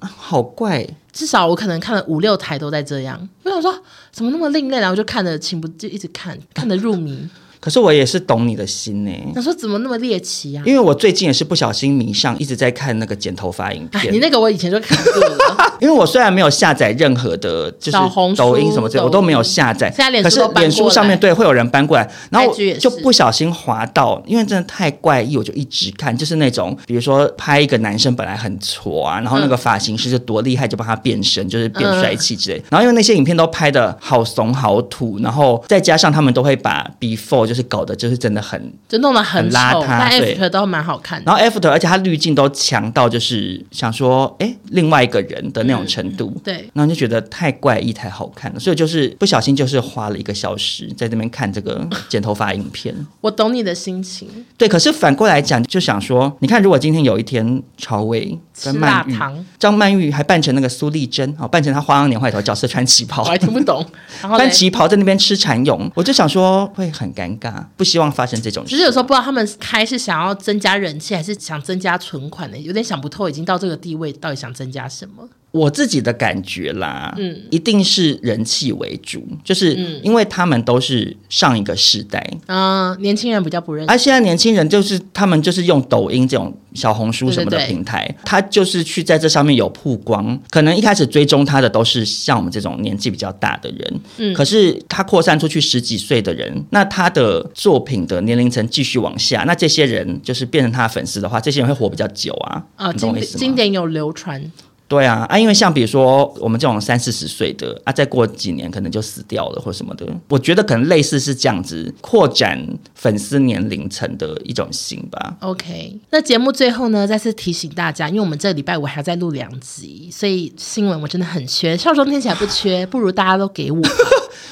好怪，至少我可能看了五六台都在这样，我想说怎么那么另类，啊然后就看的情不就一直看，看得入迷，可是我也是懂你的心呢、想说怎么那么猎奇啊？因为我最近也是不小心迷上，一直在看那个剪头发影哎，片。啊你那个我以前就看过了，因为我虽然没有下载任何的，就是小红书抖音什么之类，我抖都音没有下载。现在脸可书是都搬过来脸书上面对会有人搬过来，然后 IG 也是就不小心滑到，因为真的太怪异，我就一直看，就是那种比如说拍一个男生本来很挫啊，然后那个发型师就多厉害，就帮他变身，就是变帅气嗯之类。然后因为那些影片都拍的好怂好土，然后再加上他们都会把 before 就就是搞的，就是真的很就弄得很很丑，邋遢但对 after 都蛮好看的。然后 after，而且他滤镜都强到就是想说，哎，另外一个人的那种程度。嗯对，然后就觉得太怪异、太好看了，所以就是不小心就是花了一个小时在那边看这个剪头发影片。 我懂你的心情。对，可是反过来讲，就想说，你看，如果今天有一天朝伟吃跟曼辣玉、糖，张曼玉还扮成那个苏丽珍，哦，扮成她花样年华里头角色穿旗我袍，还听不 懂。然后嘞穿旗袍在那边吃蚕蛹，我就想说会很尴尬，不希望发生这种只事。是有时候不知道他们开是想要增加人气，还是想增加存款呢、有点想不透，已经到这个地位，到底想增加什么？我自己的感觉啦，嗯嗯，一定是人气为主，就是嗯因为他们都是上一个世代，嗯、年轻人比较不认识。而、现在年轻人就是他们就是用抖音这种小红书什么的对对对平台，他就是去在这上面有曝光。可能一开始追踪他的都是像我们这种年纪比较大的人，嗯可是他扩散出去十几岁的人，那他的作品的年龄层继续往下，那这些人就是变成他的粉丝的话，这些人会活比较久啊。啊，你懂经我意典思经吗？典有流传，对啊，啊，因为像比如说我们这种三四十岁的啊，再过几年可能就死掉了或什么的，我觉得可能类似是这样子扩展粉丝年龄层的一种型吧。 OK，那节目最后呢，再次提醒大家，因为我们这礼拜我还要再录两集，所以新闻我真的很缺，少壮听起来不缺，不如大家都给我吧。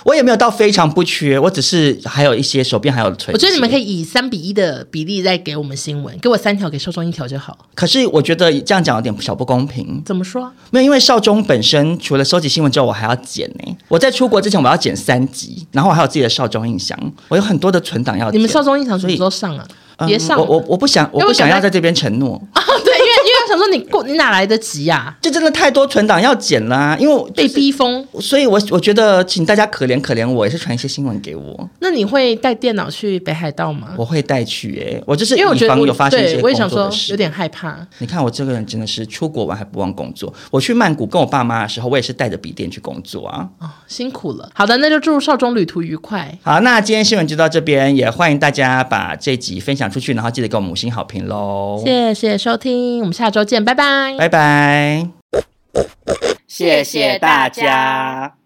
我也没有到非常不缺，我只是还有一些手边还有存。我觉得你们可以，以以三比一的比例再给我们新闻，给我三条，给少壮一条就好。可是我觉得这样讲有点小不公平。怎么说？没有，因为少中本身除了收集新闻之后，我还要剪呢、我在出国之前我要剪三集，然后我还有自己的少中印象，我有很多的存档要剪。你们少壮一条什所么以时候上啊？嗯别上了、我我我不想，因我为不我想想要在在这边承诺。啊， 对，因为因为我想说你过你哪来得及呀、这真的太多存档要剪啦、因为我被。逼疯。所以我，我觉得，请大家可怜可怜我，也是传一些新闻给我，那你会带电脑去北海道吗？我会带去、欸。我就是啊因为我觉得以防我有发生一些对，我也想工作说的事有点害怕。你看我这个人真的是出国玩还不忘工作。我去曼谷跟我爸妈的时候，我也是带着笔电去工作啊。哦，辛苦了。好的，那就祝少中旅途愉快。好，那今天新闻就到这边，也欢迎大家把这集分享出去，然后记得给我们五星好评喽。谢谢收听，我们下周见，拜拜。拜拜，谢谢大家。